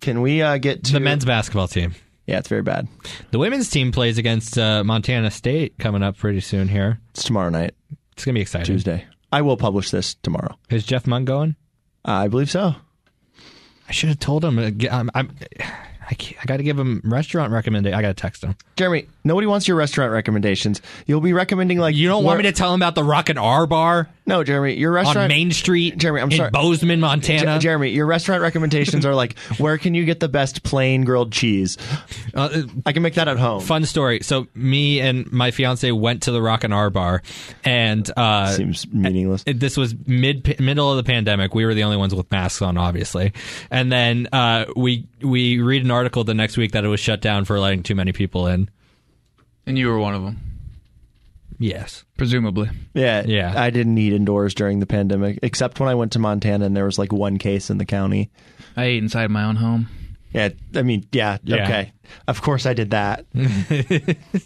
[SPEAKER 5] Can we uh, get to
[SPEAKER 4] The men's basketball team.
[SPEAKER 5] Yeah, it's very bad.
[SPEAKER 4] The women's team plays against uh, Montana State coming up pretty soon here.
[SPEAKER 5] It's tomorrow night,
[SPEAKER 4] It's going to be exciting.
[SPEAKER 5] Tuesday. I will publish this tomorrow.
[SPEAKER 4] Is Jeff Munn going?
[SPEAKER 5] I believe so.
[SPEAKER 4] I should have told him. uh, get- I'm, I'm, I, can't- I got to give him restaurant recommendation. I got to text him.
[SPEAKER 5] Jeremy, nobody wants your restaurant recommendations. You'll be recommending like
[SPEAKER 4] You don't want me to tell him about the Rock and R Bar
[SPEAKER 5] No, Jeremy, your restaurant
[SPEAKER 4] on Main Street,
[SPEAKER 5] Jeremy, I'm
[SPEAKER 4] in
[SPEAKER 5] sorry.
[SPEAKER 4] Bozeman,
[SPEAKER 5] Je-
[SPEAKER 4] Montana.
[SPEAKER 5] Jeremy, your restaurant recommendations are like where can you get the best plain grilled cheese?
[SPEAKER 4] Uh,
[SPEAKER 5] I can make that at home.
[SPEAKER 4] fun story. So me and my fiance went to the Rock and R Bar, and uh,
[SPEAKER 5] Seems meaningless.
[SPEAKER 4] it- this was mid middle of the pandemic. We were the only ones with masks on, obviously. And then uh, we we read an article the next week that it was shut down for letting too many people in.
[SPEAKER 6] And you were one of them,
[SPEAKER 4] Yes.
[SPEAKER 6] presumably.
[SPEAKER 5] yeah,
[SPEAKER 4] yeah.
[SPEAKER 5] I didn't eat indoors during the pandemic, except when I went to Montana and there was like one case in the county.
[SPEAKER 6] I ate inside my own home.
[SPEAKER 5] Yeah, I mean, yeah,
[SPEAKER 4] Yeah.
[SPEAKER 5] okay. Of course, I did that.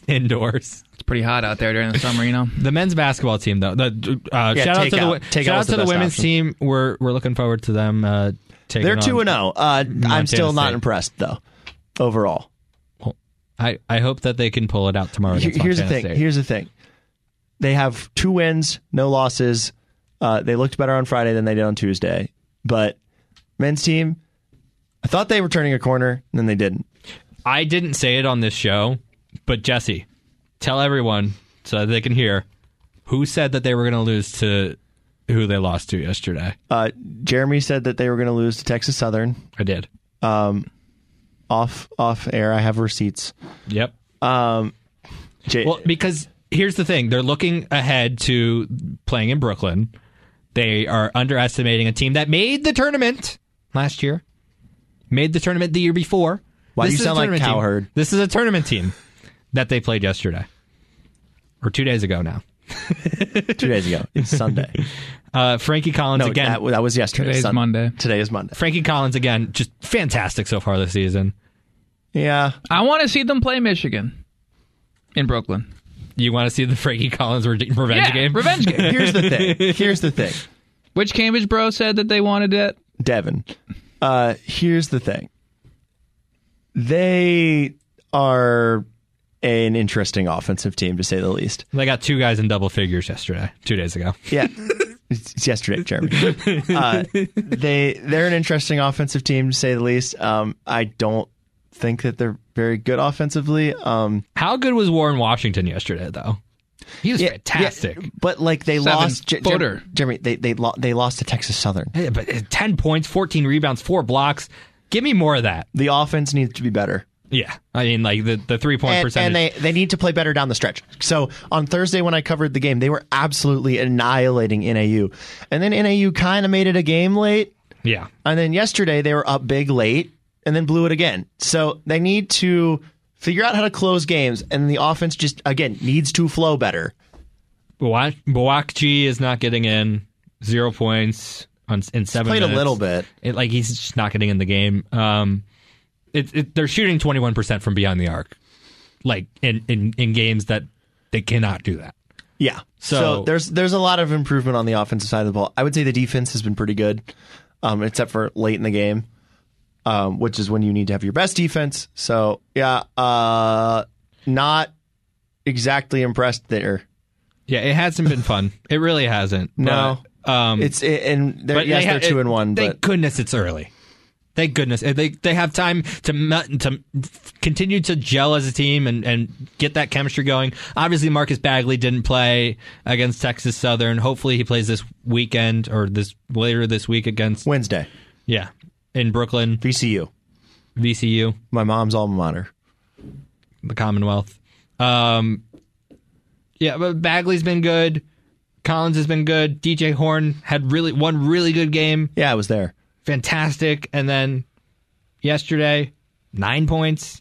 [SPEAKER 4] Indoors.
[SPEAKER 6] It's pretty hot out there during the summer, you know.
[SPEAKER 4] The men's basketball team, though. The, uh,
[SPEAKER 5] Yeah,
[SPEAKER 4] shout out to
[SPEAKER 5] takeout.
[SPEAKER 4] the
[SPEAKER 5] Takeout
[SPEAKER 4] shout out
[SPEAKER 5] was
[SPEAKER 4] to
[SPEAKER 5] the
[SPEAKER 4] the
[SPEAKER 5] best
[SPEAKER 4] women's
[SPEAKER 5] option.
[SPEAKER 4] team. We're we're looking forward to them. Uh, taking
[SPEAKER 5] They're two
[SPEAKER 4] on-
[SPEAKER 5] and zero. Uh, I'm still not
[SPEAKER 4] State.
[SPEAKER 5] impressed though. Overall,
[SPEAKER 4] I, I hope that they can pull it out tomorrow.
[SPEAKER 5] Here-
[SPEAKER 4] against
[SPEAKER 5] here's the
[SPEAKER 4] Montana
[SPEAKER 5] thing.
[SPEAKER 4] State.
[SPEAKER 5] Here's the thing. They have two wins, no losses. Uh, they looked better on Friday than they did on Tuesday, but men's team, I thought they were turning a corner, and then they didn't.
[SPEAKER 4] I didn't say it on this show, but Jesse, tell everyone so that they can hear who said that they were going to lose to who they lost to yesterday.
[SPEAKER 5] Uh, Jeremy said that they were going to lose to Texas Southern
[SPEAKER 4] I did.
[SPEAKER 5] off off air. I have receipts.
[SPEAKER 4] Yep.
[SPEAKER 5] J-
[SPEAKER 4] Well, because here's the thing: they're looking ahead to playing in Brooklyn. They are underestimating a team that made the tournament last year, made the tournament the year before.
[SPEAKER 5] Why do you
[SPEAKER 4] is a
[SPEAKER 5] sound like
[SPEAKER 4] tournament team.
[SPEAKER 5] Cowherd?
[SPEAKER 4] This is a tournament team that they played yesterday or two days ago now.
[SPEAKER 5] two days ago, it's Sunday.
[SPEAKER 4] Uh, Frankie Collins
[SPEAKER 5] No,
[SPEAKER 4] again.
[SPEAKER 5] that, that was yesterday.
[SPEAKER 6] Today's Monday.
[SPEAKER 5] Today is Monday.
[SPEAKER 4] Frankie Collins again, just fantastic so far this season.
[SPEAKER 5] Yeah,
[SPEAKER 6] I want to see them play Michigan in Brooklyn.
[SPEAKER 4] You want to see the Frankie Collins re- revenge
[SPEAKER 6] yeah,
[SPEAKER 4] game?
[SPEAKER 6] revenge game.
[SPEAKER 5] here's the thing. Here's the thing.
[SPEAKER 6] Which Cambridge bro said that they wanted it?
[SPEAKER 5] Devin. Uh, here's the thing. They are an interesting offensive team, to say the least.
[SPEAKER 4] They got two guys in double figures yesterday, two days ago.
[SPEAKER 5] Yeah, it's it's yesterday, Jeremy. Uh, they they're an interesting offensive team, to say the least. Um, I don't think that they're very good offensively. Um,
[SPEAKER 4] How good was Warren Washington yesterday, though? He was
[SPEAKER 5] yeah,
[SPEAKER 4] fantastic.
[SPEAKER 5] yeah, but like they
[SPEAKER 6] Seven
[SPEAKER 5] lost Jer- Jer-
[SPEAKER 6] footer.
[SPEAKER 5] Jeremy, they they lo- they lost to Texas Southern.
[SPEAKER 4] Yeah, but uh, 10 points, 14 rebounds, four blocks. Give me more of that.
[SPEAKER 5] The offense needs to be better.
[SPEAKER 4] Yeah. I mean, like the, the three point
[SPEAKER 5] and,
[SPEAKER 4] percentage.
[SPEAKER 5] and they, they need to play better down the stretch. So on Thursday when I covered the game, they were absolutely annihilating NAU. And then NAU kind of made it a game late.
[SPEAKER 4] yeah.
[SPEAKER 5] And then yesterday they were up big late and then blew it again. So they need to figure out how to close games. And the offense just, again, needs to flow better.
[SPEAKER 4] Bwa- Bwakji is not getting in. Zero points on, in seven
[SPEAKER 5] Played a
[SPEAKER 4] minutes.
[SPEAKER 5] little bit.
[SPEAKER 4] It, like, he's just not getting in the game. Um, it, it, they're shooting 21% from beyond the arc, like in, in, in games that they cannot do that.
[SPEAKER 5] Yeah. So,
[SPEAKER 4] So-
[SPEAKER 5] there's there's a lot of improvement on the offensive side of the ball. I would say the defense has been pretty good, um, except for late in the game, um, which is when you need to have your best defense. So yeah, uh, not exactly impressed there.
[SPEAKER 4] Yeah, it hasn't been fun. It really hasn't.
[SPEAKER 5] No.
[SPEAKER 4] But, um,
[SPEAKER 5] It's and they're,
[SPEAKER 4] they
[SPEAKER 5] yes, Hmm. they
[SPEAKER 4] ha-
[SPEAKER 5] are two and one,
[SPEAKER 4] Thank
[SPEAKER 5] but
[SPEAKER 4] goodness it's early. Thank goodness Uh, they they have time to me- to f- continue to gel as a team and, and get that chemistry going. Obviously, Marcus Bagley didn't play against Texas Southern. Hopefully, he plays this weekend or this later this week against
[SPEAKER 5] Wednesday
[SPEAKER 4] yeah in Brooklyn
[SPEAKER 5] VCU,
[SPEAKER 4] VCU
[SPEAKER 5] my mom's alma mater.
[SPEAKER 4] the Commonwealth. Um, yeah, but Bagley's been good. Collins has been good. DJ Horn had really one really good game.
[SPEAKER 5] Yeah, I was there.
[SPEAKER 4] fantastic. And then yesterday, nine points.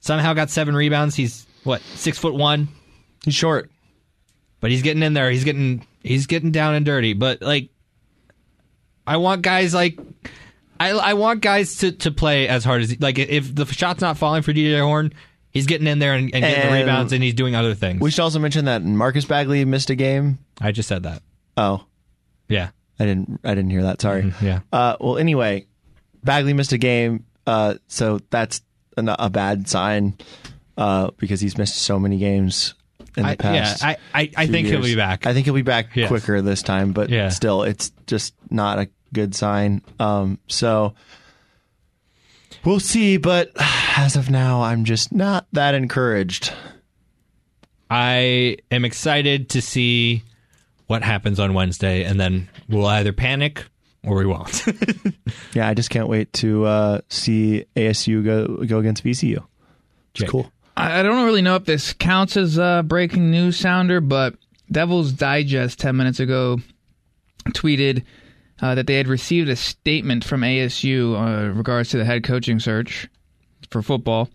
[SPEAKER 4] Somehow got seven rebounds. He's what six foot one,
[SPEAKER 5] He's short.
[SPEAKER 4] but he's getting in there. He's getting he's getting down and dirty. But like, I want guys like. I, I want guys to, to play as hard as like if the shot's not falling for DJ Horn, he's getting in there and, and getting
[SPEAKER 5] And-
[SPEAKER 4] the rebounds and he's doing other things.
[SPEAKER 5] We should also mention that Marcus Bagley missed a game.
[SPEAKER 4] I just said that.
[SPEAKER 5] Oh,
[SPEAKER 4] Yeah,
[SPEAKER 5] I didn't I didn't hear that. Sorry.
[SPEAKER 4] yeah.
[SPEAKER 5] Uh, well, anyway, Bagley missed a game, uh, so that's an, a bad sign uh, because he's missed so many games in
[SPEAKER 4] I,
[SPEAKER 5] the
[SPEAKER 4] yeah,
[SPEAKER 5] past.
[SPEAKER 4] I, I, I
[SPEAKER 5] few
[SPEAKER 4] think he'll
[SPEAKER 5] years.
[SPEAKER 4] be back.
[SPEAKER 5] I think he'll be back
[SPEAKER 4] Yes.
[SPEAKER 5] quicker this time, but
[SPEAKER 4] Yeah.
[SPEAKER 5] still, it's just not a good sign. Um, so we'll see, but as of now, I'm just not that encouraged.
[SPEAKER 4] I am excited to see what happens on Wednesday, and then we'll either panic or we won't.
[SPEAKER 5] Yeah, I just can't wait to uh, see ASU go go against VCU. It's
[SPEAKER 4] Jake.
[SPEAKER 5] cool.
[SPEAKER 6] I I don't really know if this counts as a breaking news sounder, but Devil's Digest 10 minutes ago tweeted uh, that they had received a statement from ASU uh, in regards to the head coaching search for football.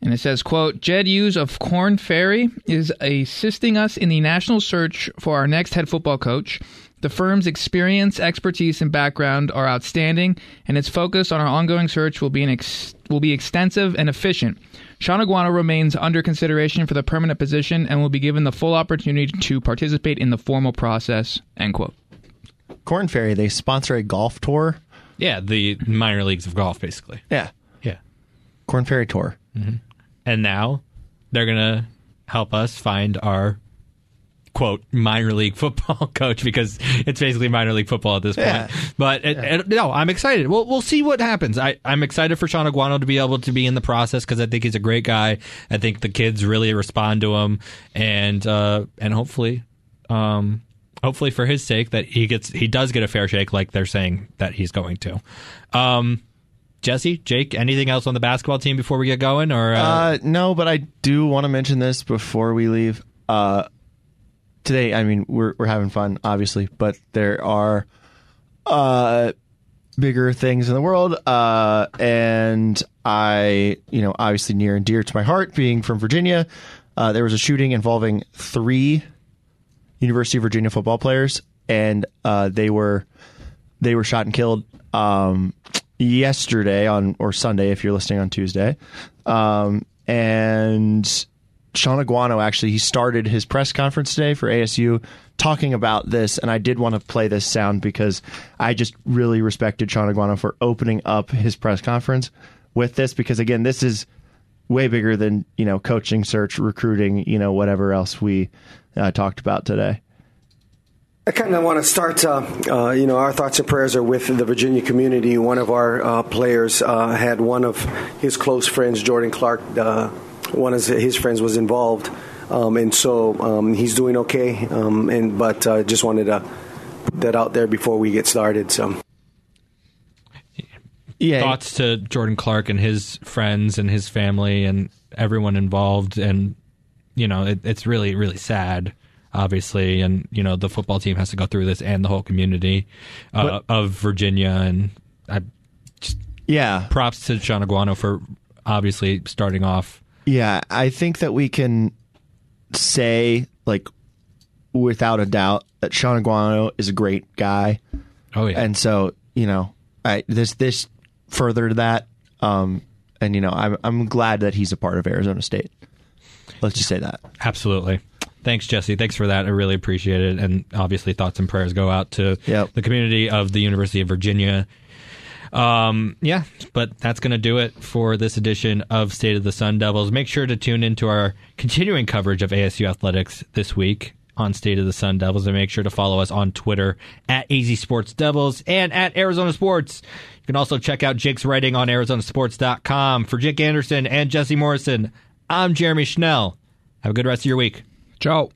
[SPEAKER 6] And it says, quote, Jed Hughes of Corn Ferry is assisting us in the national search for our next head football coach. The firm's experience, expertise, and background are outstanding, and its focus on our ongoing search will be an ex- will be extensive and efficient. Sean Aguano remains under consideration for the permanent position and will be given the full opportunity to participate in the formal process. End quote.
[SPEAKER 5] Corn Ferry, they sponsor a golf tour.
[SPEAKER 4] yeah, the minor leagues of golf, basically.
[SPEAKER 5] Yeah.
[SPEAKER 4] Yeah.
[SPEAKER 5] Corn Ferry Tour.
[SPEAKER 4] And now they're going to help us find our quote minor league football coach because it's basically minor league football at this point.
[SPEAKER 5] Yeah.
[SPEAKER 4] But it, it- no, I'm excited. We'll we'll see what happens. I I'm excited for Sean Aguano to be able to be in the process because I think he's a great guy. I think the kids really respond to him, and uh, and hopefully, um, hopefully for his sake that he gets he does get a fair shake like they're saying that he's going to. Um, Jesse, Jake, anything else on the basketball team before we get going? Or uh,
[SPEAKER 5] Uh, no, but I do want to mention this before we leave. Uh, today, I mean, we're we're having fun, obviously, but there are uh, bigger things in the world, uh, and I, you know, obviously near and dear to my heart, being from Virginia, uh, there was a shooting involving three University of Virginia football players, and uh, they were they were shot and killed um, yesterday on or Sunday if you're listening on Tuesday. Um, and Sean Aguano actually he started his press conference today for ASU talking about this, and I did want to play this sound because I just really respected Sean Aguano for opening up his press conference with this because again this is way bigger than you know coaching search recruiting you know whatever else we uh, talked about today
[SPEAKER 2] I kind of want to start. Uh, uh, you know, our thoughts and prayers are with the Virginia community. One of our uh, players uh, had one of his close friends, Jordan Clark. Uh, one of his friends was involved, um, and so um, he's doing okay. Um, and but uh, just wanted to put that out there before we get started. So.
[SPEAKER 5] yeah
[SPEAKER 4] thoughts to Jordan Clark and his friends and his family and everyone involved. And, you know, it, it's really, really sad, obviously. And, you know, the football team has to go through this and the whole community uh, of Virginia. And I,
[SPEAKER 5] yeah
[SPEAKER 4] props to Sean Aguano for obviously starting off.
[SPEAKER 5] Yeah, I think that we can say, like, without a doubt, that Sean Aguano is a great guy,
[SPEAKER 4] Oh, yeah.
[SPEAKER 5] and so you know, I this this furthered that, um, and you know, I'm I'm glad that he's a part of Arizona State. Let's just say that.
[SPEAKER 4] Absolutely. Thanks, Jesse. Thanks for that. I really appreciate it. And obviously, thoughts and prayers go out to
[SPEAKER 5] Yep.
[SPEAKER 4] the community of the University of Virginia. Um, yeah, but that's going to do it for this edition of State of the Sun Devils. Make sure to tune into our continuing coverage of ASU athletics this week on State of the Sun Devils, and make sure to follow us on Twitter at AZ Sports Devils and at Arizona Sports. You can also check out Jake's writing on ArizonaSports.com. For Jake Anderson and Jesse Morrison, I'm Jeremy Schnell. Have a good rest of your week.
[SPEAKER 6] Ciao.